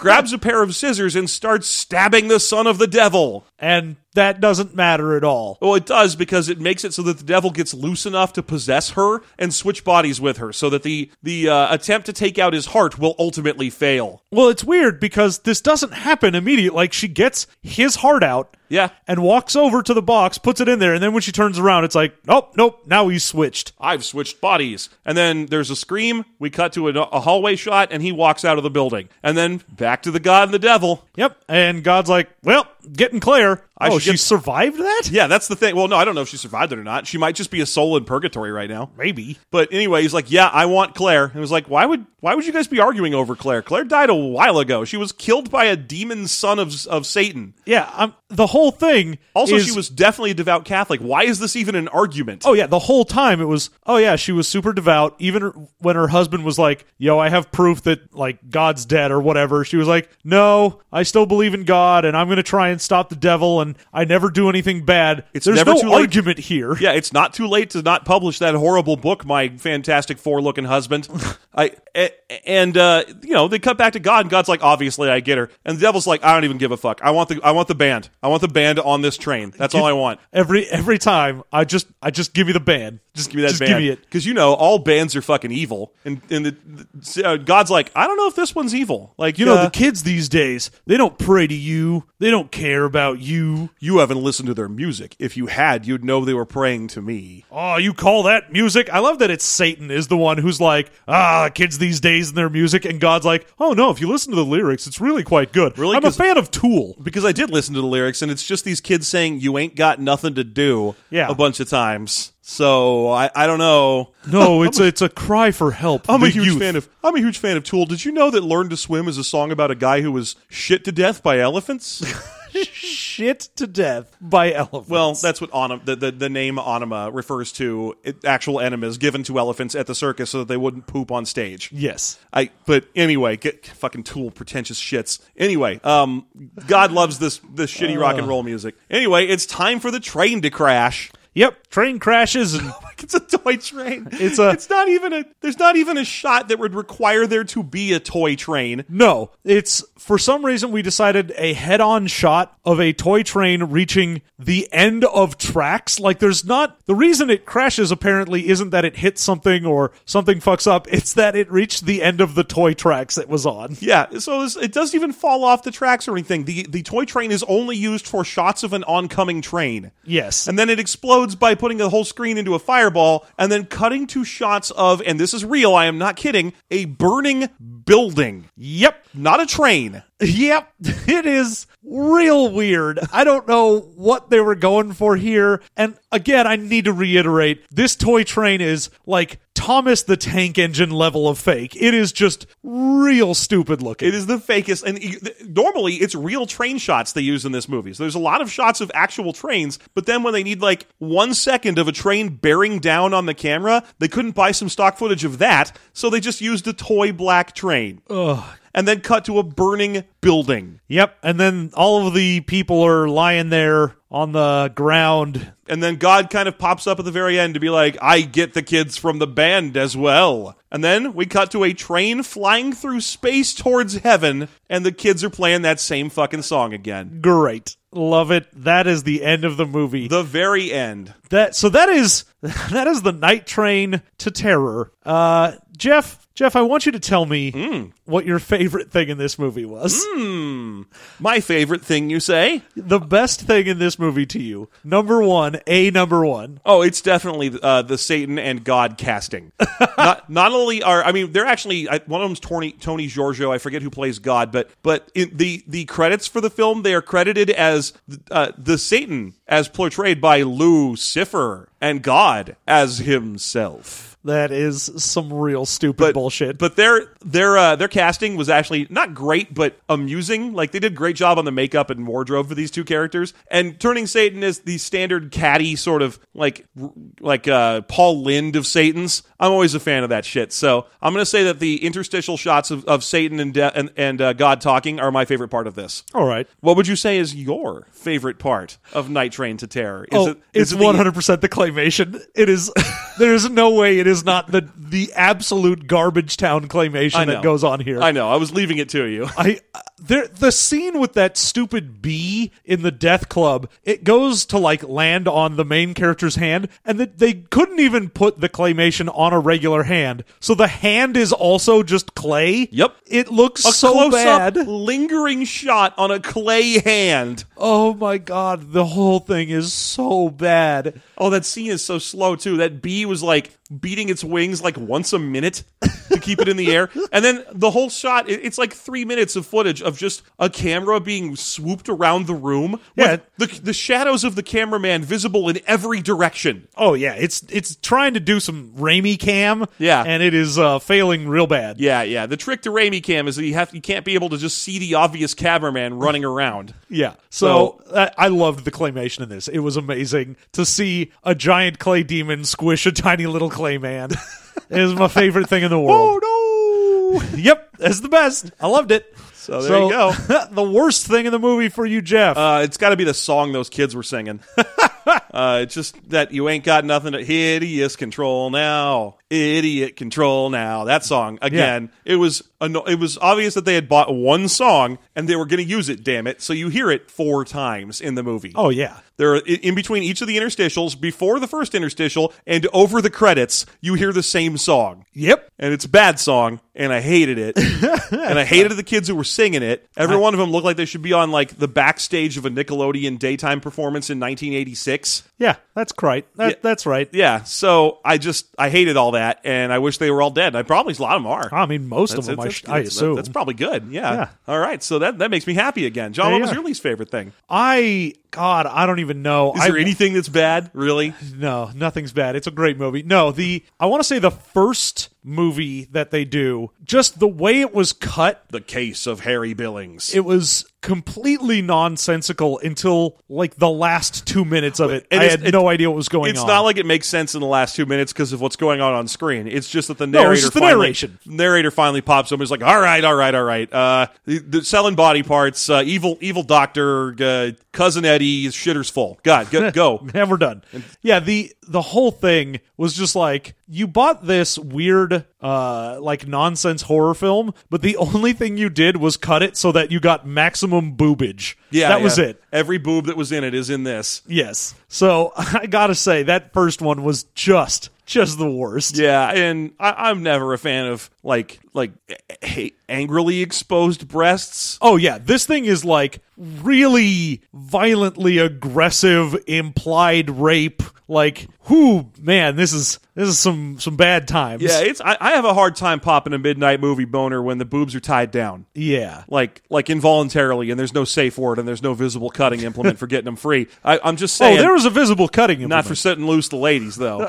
grabs a pair of scissors, and starts stabbing the son of the devil.
And that doesn't matter at all.
Well, it does because it makes it so that the devil gets loose enough to possess her and switch bodies with her, so that the the uh, attempt to take out his heart will ultimately fail.
Well, it's weird because this doesn't happen immediately. Like she gets his heart out.
Yeah.
And walks over to the box, puts it in there, and then when she turns around, it's like, nope, nope, now he's switched.
I've switched bodies, and then there's a scream. We cut to a, a hallway shot, and he walks out of the building, and then back to the god and the devil.
Yep. And God's like, well, getting Claire.
I
oh,
should
she
get-
survived that?
Yeah, that's the thing. Well, no, I don't know if she survived it or not. She might just be a soul in purgatory right now.
Maybe.
But anyway, he's like, "Yeah, I want Claire." And it was like, "Why would why would you guys be arguing over Claire? Claire died a while ago. She was killed by a demon son of of Satan."
Yeah, um, the whole whole thing.
Also,
is-
she was definitely a devout Catholic. Why is this even an argument?
Oh yeah, the whole time it was. Oh yeah, she was super devout. Even her- when her husband was like, "Yo, I have proof that like God's dead or whatever," she was like, "No, I still believe in God, and I'm going to try and stop the devil, and I never do anything bad."
It's
There's
never
no
too late-
argument here.
Yeah, it's not too late to not publish that horrible book, my fantastic four-looking husband. I a- and uh, you know they cut back to God, and God's like, obviously I get her, and the devil's like, I don't even give a fuck. I want the I want the band. I want the band on this train. That's all I want.
Every every time, I just I just give me the ban.
Just give me that
Just
band.
give me it.
because you know all bands are fucking evil, and and the, the- uh, God's like, I don't know if this one's evil. Like
You know,
uh,
the kids these days, they don't pray to you. They don't care about you.
you haven't listened to their music. If you had, you'd know they were praying to me.
Oh, you call that music? I love that it's Satan is the one who's like, ah, kids these days and their music, and God's like, oh no, if you listen to the lyrics, it's really quite good.
Really?
I'm a
'Cause-
fan of Tool.
because I did listen to the lyrics, and it's just these kids saying "you ain't got nothing to do"
Yeah.
a bunch of times. So I, I don't know.
No, it's a, it's a cry for help.
I'm a
The
huge
youth.
fan of I'm a huge fan of Tool. Did you know that "Learn to Swim" is a song about a guy who was shit to death by elephants?
shit to death by elephants.
well, that's what onim- the, the the name onima refers to it, actual enemas given to elephants at the circus so that they wouldn't poop on stage.
yes.
I but anyway, get fucking tool pretentious shits. Anyway, um God loves this this shitty rock and roll music. Anyway, it's time for the train to crash.
Yep. Train crashes and
Like, it's a toy train.
It's a-
It's not even a. There's not even a shot that would require there to be a toy train.
No, it's for some reason we decided a head on shot of a toy train reaching the end of tracks. Like, there's not the reason it crashes apparently isn't that it hits something or something fucks up, it's that it reached the end of the toy tracks it was on.
Yeah. So this, it doesn't even fall off the tracks or anything. The the toy train is only used for shots of an oncoming train.
Yes.
And then it explodes by putting the whole screen into a fireball and then cutting to shots of, and this is real, I am not kidding, a burning building.
Yep.
Not a train.
Yep, it is real weird. I don't know what they were going for here. And again, I need to reiterate this toy train is like Thomas the Tank Engine level of fake. It is just real stupid looking.
It is the fakest, and you- th- normally it's real train shots they use in this movie. So there's a lot of shots of actual trains, but then when they need like one second of a train bearing down on the camera, they couldn't buy some stock footage of that, so they just used a toy black train. Ugh. And then cut to a burning building,
Yep, and then all of the people are lying there on the ground.
and then God kind of pops up at the very end to be like, "I get the kids from the band as well." And then we cut to a train flying through space towards heaven, and the kids are playing that same fucking song again.
Great. Love it. That is the end of the movie.
The very end.
that so that is that is the night train to terror. Uh Jeff, Jeff, I want you to tell me
Hmm.
what your favorite thing in this movie was.
My favorite thing you say?
The best thing in this movie to you. Number 1, A number 1.
Oh, it's definitely uh, the Satan and God casting. not, not only are I mean, they're actually I, one of them's Tony Tony Giorgio. I forget who plays God, but but in the the credits for the film they are credited as uh, the Satan as portrayed by Lucifer and God as himself.
That is some real stupid bullshit.
But their their uh, their casting was actually not great, but amusing. Like they did a great job on the makeup and wardrobe for these two characters. And turning Satan is the standard catty sort of like like uh, Paul Lind of Satan's. I'm always a fan of that shit. So I'm gonna say that the interstitial shots of, of Satan and de- and, and uh, God talking are my favorite part of this.
all right.
What would you say is your favorite part of Night Train to Terror? Is
Oh,
it- is
it's
it the-
one hundred percent the claymation. It is. there is no way it is not the the absolute garbage town
I
claymation
know.
that goes on here.
I know. I was leaving it to you.
I uh, there the scene with that stupid bee in the death club. It goes to like land on the main character's hand, and that they couldn't even put the claymation on a regular hand, so the hand is also just clay.
Yep.
it looks so bad.
up lingering shot on a clay hand.
Oh my god, the whole thing is so bad.
Oh, that scene is so slow too. That bee was like beating its wings like once a minute to keep it in the air. And then the whole shot, it- it's like three minutes of footage of just a camera being swooped around the room.
Yeah.
With the, the shadows of the cameraman visible in every direction.
Oh yeah, it's it's trying to do some Raimi cam.
Yeah.
and it is uh, failing real bad.
Yeah, yeah. The trick to Raimi Cam is that you have you can't be able to just see the obvious cameraman running around.
Yeah. So, uh, I, I loved the claymation in this. It was amazing to see a giant clay demon squish a tiny little clay man. it was my favorite thing in the world.
Oh no!
Yep, that's the best. I loved it. So
there you go.
the worst thing in the movie for you, Jeff.
Uh, it's got to be the song those kids were singing. uh, it's just that you ain't got nothing to hideous control now, idiot control now. That song again. It was anno- it was obvious that they had bought one song and they were going to use it. Damn it! So you hear it four times in the movie.
oh yeah.
There, are, i- in between each of the interstitials, before the first interstitial, and over the credits, you hear the same song.
Yep.
and it's a bad song and i hated it and i hated the kids who were singing it every one of them looked like they should be on like the backstage of a nickelodeon daytime performance in 1986
Yeah, that's right. That,
Yeah.
That's right.
yeah so i just i hated all that and i wish they were all dead i probably a lot of them are
I mean, most
That's-
of them, I,
that's-
sh- I
that's-
assume.
that's probably good yeah.
Yeah.
all right so that that makes me happy again john
There
what
you
was
are.
your least favorite thing
I God, I don't even know.
is
I,
there anything that's bad really
no, nothing's bad. It's a great movie. No, the I want to say the first movie that they do, just the way it was cut,
the case of harry billings
it was completely nonsensical until like the last two minutes of it.
And
I
it's-
had no idea what was going
it's
on.
not like it makes sense in the last two minutes because of what's going on on screen. It's just that the
it's
narrator,
just the
finally,
narration.
narrator finally pops up and is like, "All right, all right, all right." Uh, the, the selling body parts, uh, evil, evil doctor, uh, cousin Eddie, shitter's full. God, go, go.
and we're done. Yeah, the the whole thing was just like you bought this weird uh like nonsense horror film, but the only thing you did was cut it so that you got maximum boobage.
Yeah,
that
yeah.
was it.
Every boob that was in it is in this.
Yes. So I gotta say that first one was just just the worst.
Yeah, and I, I'm never a fan of like like a- angrily exposed breasts.
Oh yeah, this thing is like really violently aggressive implied rape. Like, whoo, man, this is this is some some bad times.
Yeah, it's I, I have a hard time popping a midnight movie boner when the boobs are tied down.
yeah.
like like involuntarily, and there's no safe word, and there's no visible cutting implement for getting them free. I, I'm just
Oh,
saying,
there was a visible cutting.
not for setting loose the ladies though.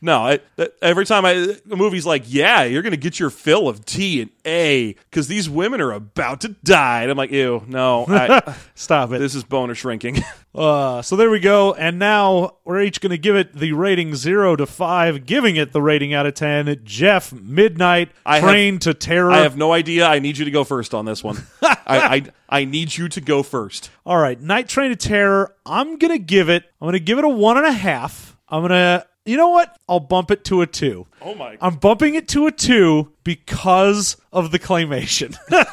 no, I, that- every time I a movie's like, yeah, you're gonna get your fill of T and A because these women are about to die, and I'm like, ew, no, I,
Stop it.
this is boner shrinking.
Uh, so there we go. And now we're each going to give it the rating zero to five, giving it the rating out of ten. Jeff, Midnight,
I have-
Train to Terror.
I have no idea. I need you to go first on this one. I, I I need you to go first.
All right, Night Train to Terror. I'm gonna give it. I'm gonna give it a one and a half. I'm gonna. You know what? I'll bump it to a two.
Oh my-
I'm bumping it to a two because of the claymation.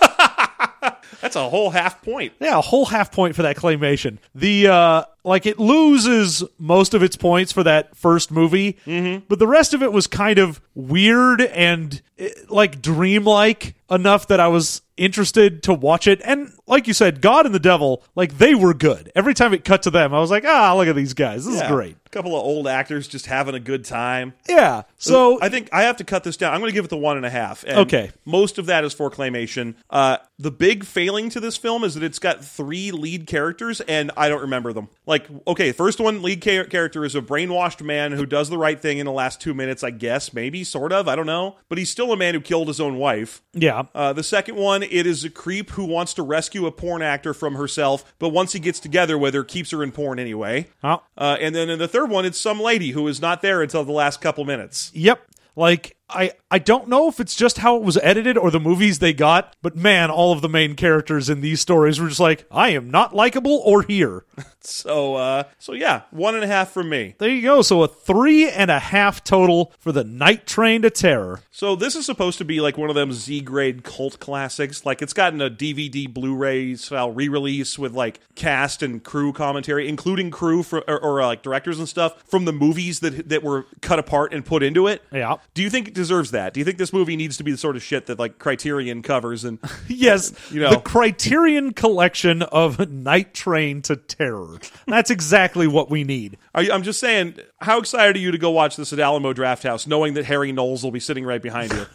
That's a whole half point.
yeah, a whole half point for that claymation. The uh, like it loses most of its points for that first movie, mm-hmm. but the rest of it was kind of weird and eh, like dreamlike enough that I was interested to watch it. And like you said, God and the Devil, like they were good. Every time it cut to them, I was like, ah, look at these guys. This
Yeah.
is great.
A couple of old actors just having a good time.
Yeah. So
I think I have to cut this down. I'm going to give it the one and a half. And
Okay.
Most of that is for claymation. Uh, the big failing to this film is that it's got three lead characters, and I don't remember them. Like, okay, first one lead char- character is a brainwashed man who does the right thing in the last two minutes, I guess, maybe, sort of. I don't know, but he's still a man who killed his own wife.
yeah.
Uh, the second one, it is a creep who wants to rescue a porn actor from herself, but once he gets together with her, keeps her in porn anyway.
Oh.
Uh, and then in the third one, it's some lady who is not there until the last couple minutes.
Yep. Like I I don't know if it's just how it was edited or the movies they got, but man, all of the main characters in these stories were just like, I am not likable or here.
So uh so yeah, one and a half from me.
There you go. So a three and a half total for the Night Train to Terror.
So this is supposed to be like one of them Z grade cult classics. Like it's gotten a DVD Blu-ray style re-release with like cast and crew commentary, including crew for, or, or uh, like directors and stuff from the movies that that were cut apart and put into it.
Yeah.
Do you think does deserves that? Do you think this movie needs to be the sort of shit that like Criterion covers and
Yes,
You know.
the Criterion collection of Night Train to Terror. That's exactly what we need.
Are you, I'm just saying, how excited are you to go watch this at Alamo Drafthouse, knowing that Harry Knowles will be sitting right behind you?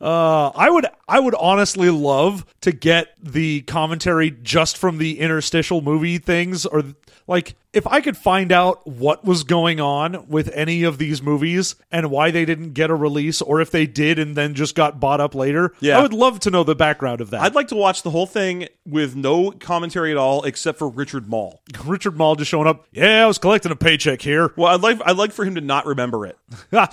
Uh, I would, I would honestly love to get the commentary just from the interstitial movie things, or like if I could find out what was going on with any of these movies and why they didn't get a release, or if they did and then just got bought up later.
Yeah.
I would love to know the background of that.
I'd like to watch the whole thing with no commentary at all, except for Richard Mall.
Richard Mall just showing up. Yeah, I was collecting a paycheck here.
Well, I'd like I'd like for him to not remember it.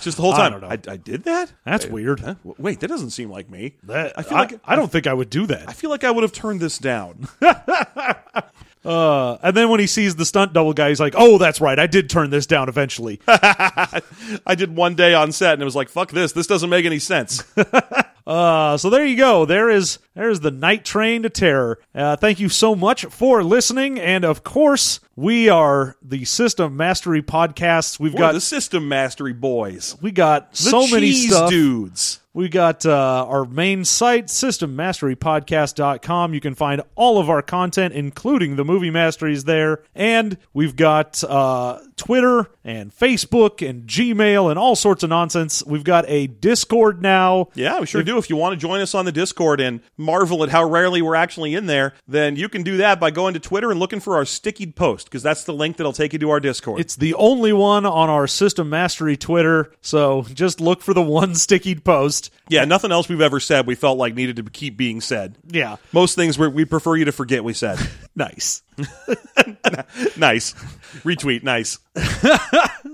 Just the whole
I
time.
don't know.
I, did that.
That's
Wait,
weird.
huh? W- Wait, that doesn't seem like me.
That-
I feel like
I don't think I would do that.
I feel like I would have turned this down.
Uh, and then when he sees the stunt double guy, he's like, "Oh, that's right. I did turn this down eventually."
I did one day on set, and it was like, "Fuck this! This doesn't make any sense."
uh, so there you go. There is there is the night train to terror. Uh, thank you so much for listening, and of course, we are the System Mastery podcasts. We've
We're
got
the system mastery boys,
we got
the
so many
cheese
stuff.
dudes.
We got uh, our main site, systemmasterypodcast.com. You can find all of our content, including the movie masteries there. And we've got uh, Twitter and Facebook and Gmail and all sorts of nonsense. We've got a Discord now.
Yeah, we sure do. If you want to join us on the Discord and marvel at how rarely we're actually in there, then you can do that by going to Twitter and looking for our stickied post because that's the link that'll take you to our Discord.
It's the only one on our System Mastery Twitter. So just look for the one stickied post.
yeah, nothing else we've ever said we felt like needed to keep being said.
Yeah.
Most things we we prefer you to forget we said.
Nice.
nice. Retweet, nice.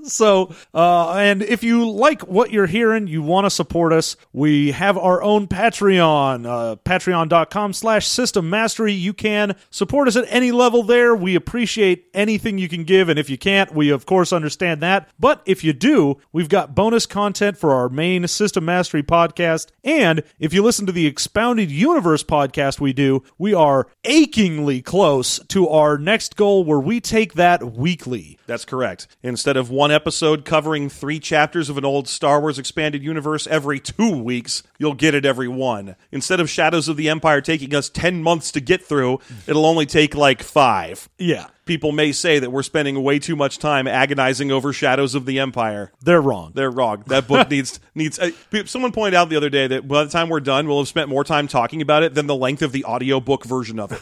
So, uh, and if you like what you're hearing, you want to support us, we have our own Patreon, uh, patreon.com slash system mastery. You can support us at any level there. We appreciate anything you can give. And if you can't, we of course understand that. But if you do, we've got bonus content for our main system mastery podcast. And if you listen to the expounded universe podcast we do, we are achingly close to our next goal where we take that weekly.
That's correct. Instead of one episode covering three chapters of an old Star Wars expanded universe every two weeks, you'll get it every one. Instead of Shadows of the Empire taking us 10 months to get through, it'll only take like five.
Yeah.
People may say that we're spending way too much time agonizing over Shadows of the Empire.
They're wrong.
They're wrong. That book needs needs. Uh, pe- someone pointed out the other day that by the time we're done, we'll have spent more time talking about it than the length of the audiobook version of it.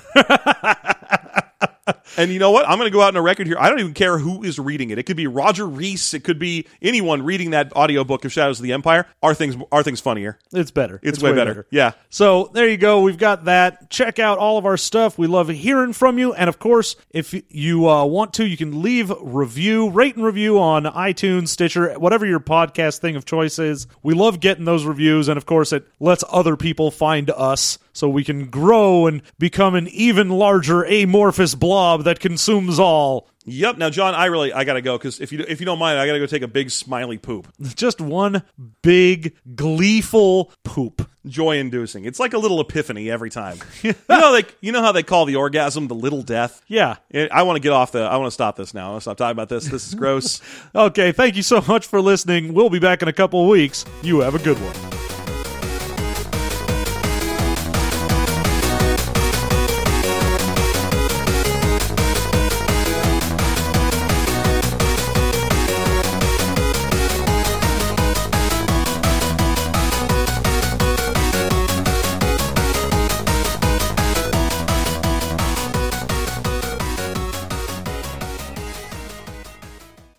and you know what? I'm going to go out on a record here. I don't even care who is reading it. It could be Roger Reese. It could be anyone reading that audiobook of Shadows of the Empire. Are things are things funnier?
It's better.
It's, way, better. Yeah.
So there you go. We've got that. Check out all of our stuff. We love hearing from you. And of course, if you uh, want to, you can leave review, rate and review on iTunes, Stitcher, whatever your podcast thing of choice is. We love getting those reviews. And of course, it lets other people find us so we can grow and become an even larger amorphous blob that consumes all.
Yep. Now, John, I really I got to go because if you if you don't mind, I got to go take a big smiley poop.
Just one big, gleeful poop.
Joy inducing. It's like a little epiphany every time. you know they you know how they call the orgasm the little death.
Yeah.
It- I want to get off the. I want to stop this now. I want to stop talking about this. This is gross.
Okay, thank you so much for listening. We'll be back in a couple of weeks. You have a good one.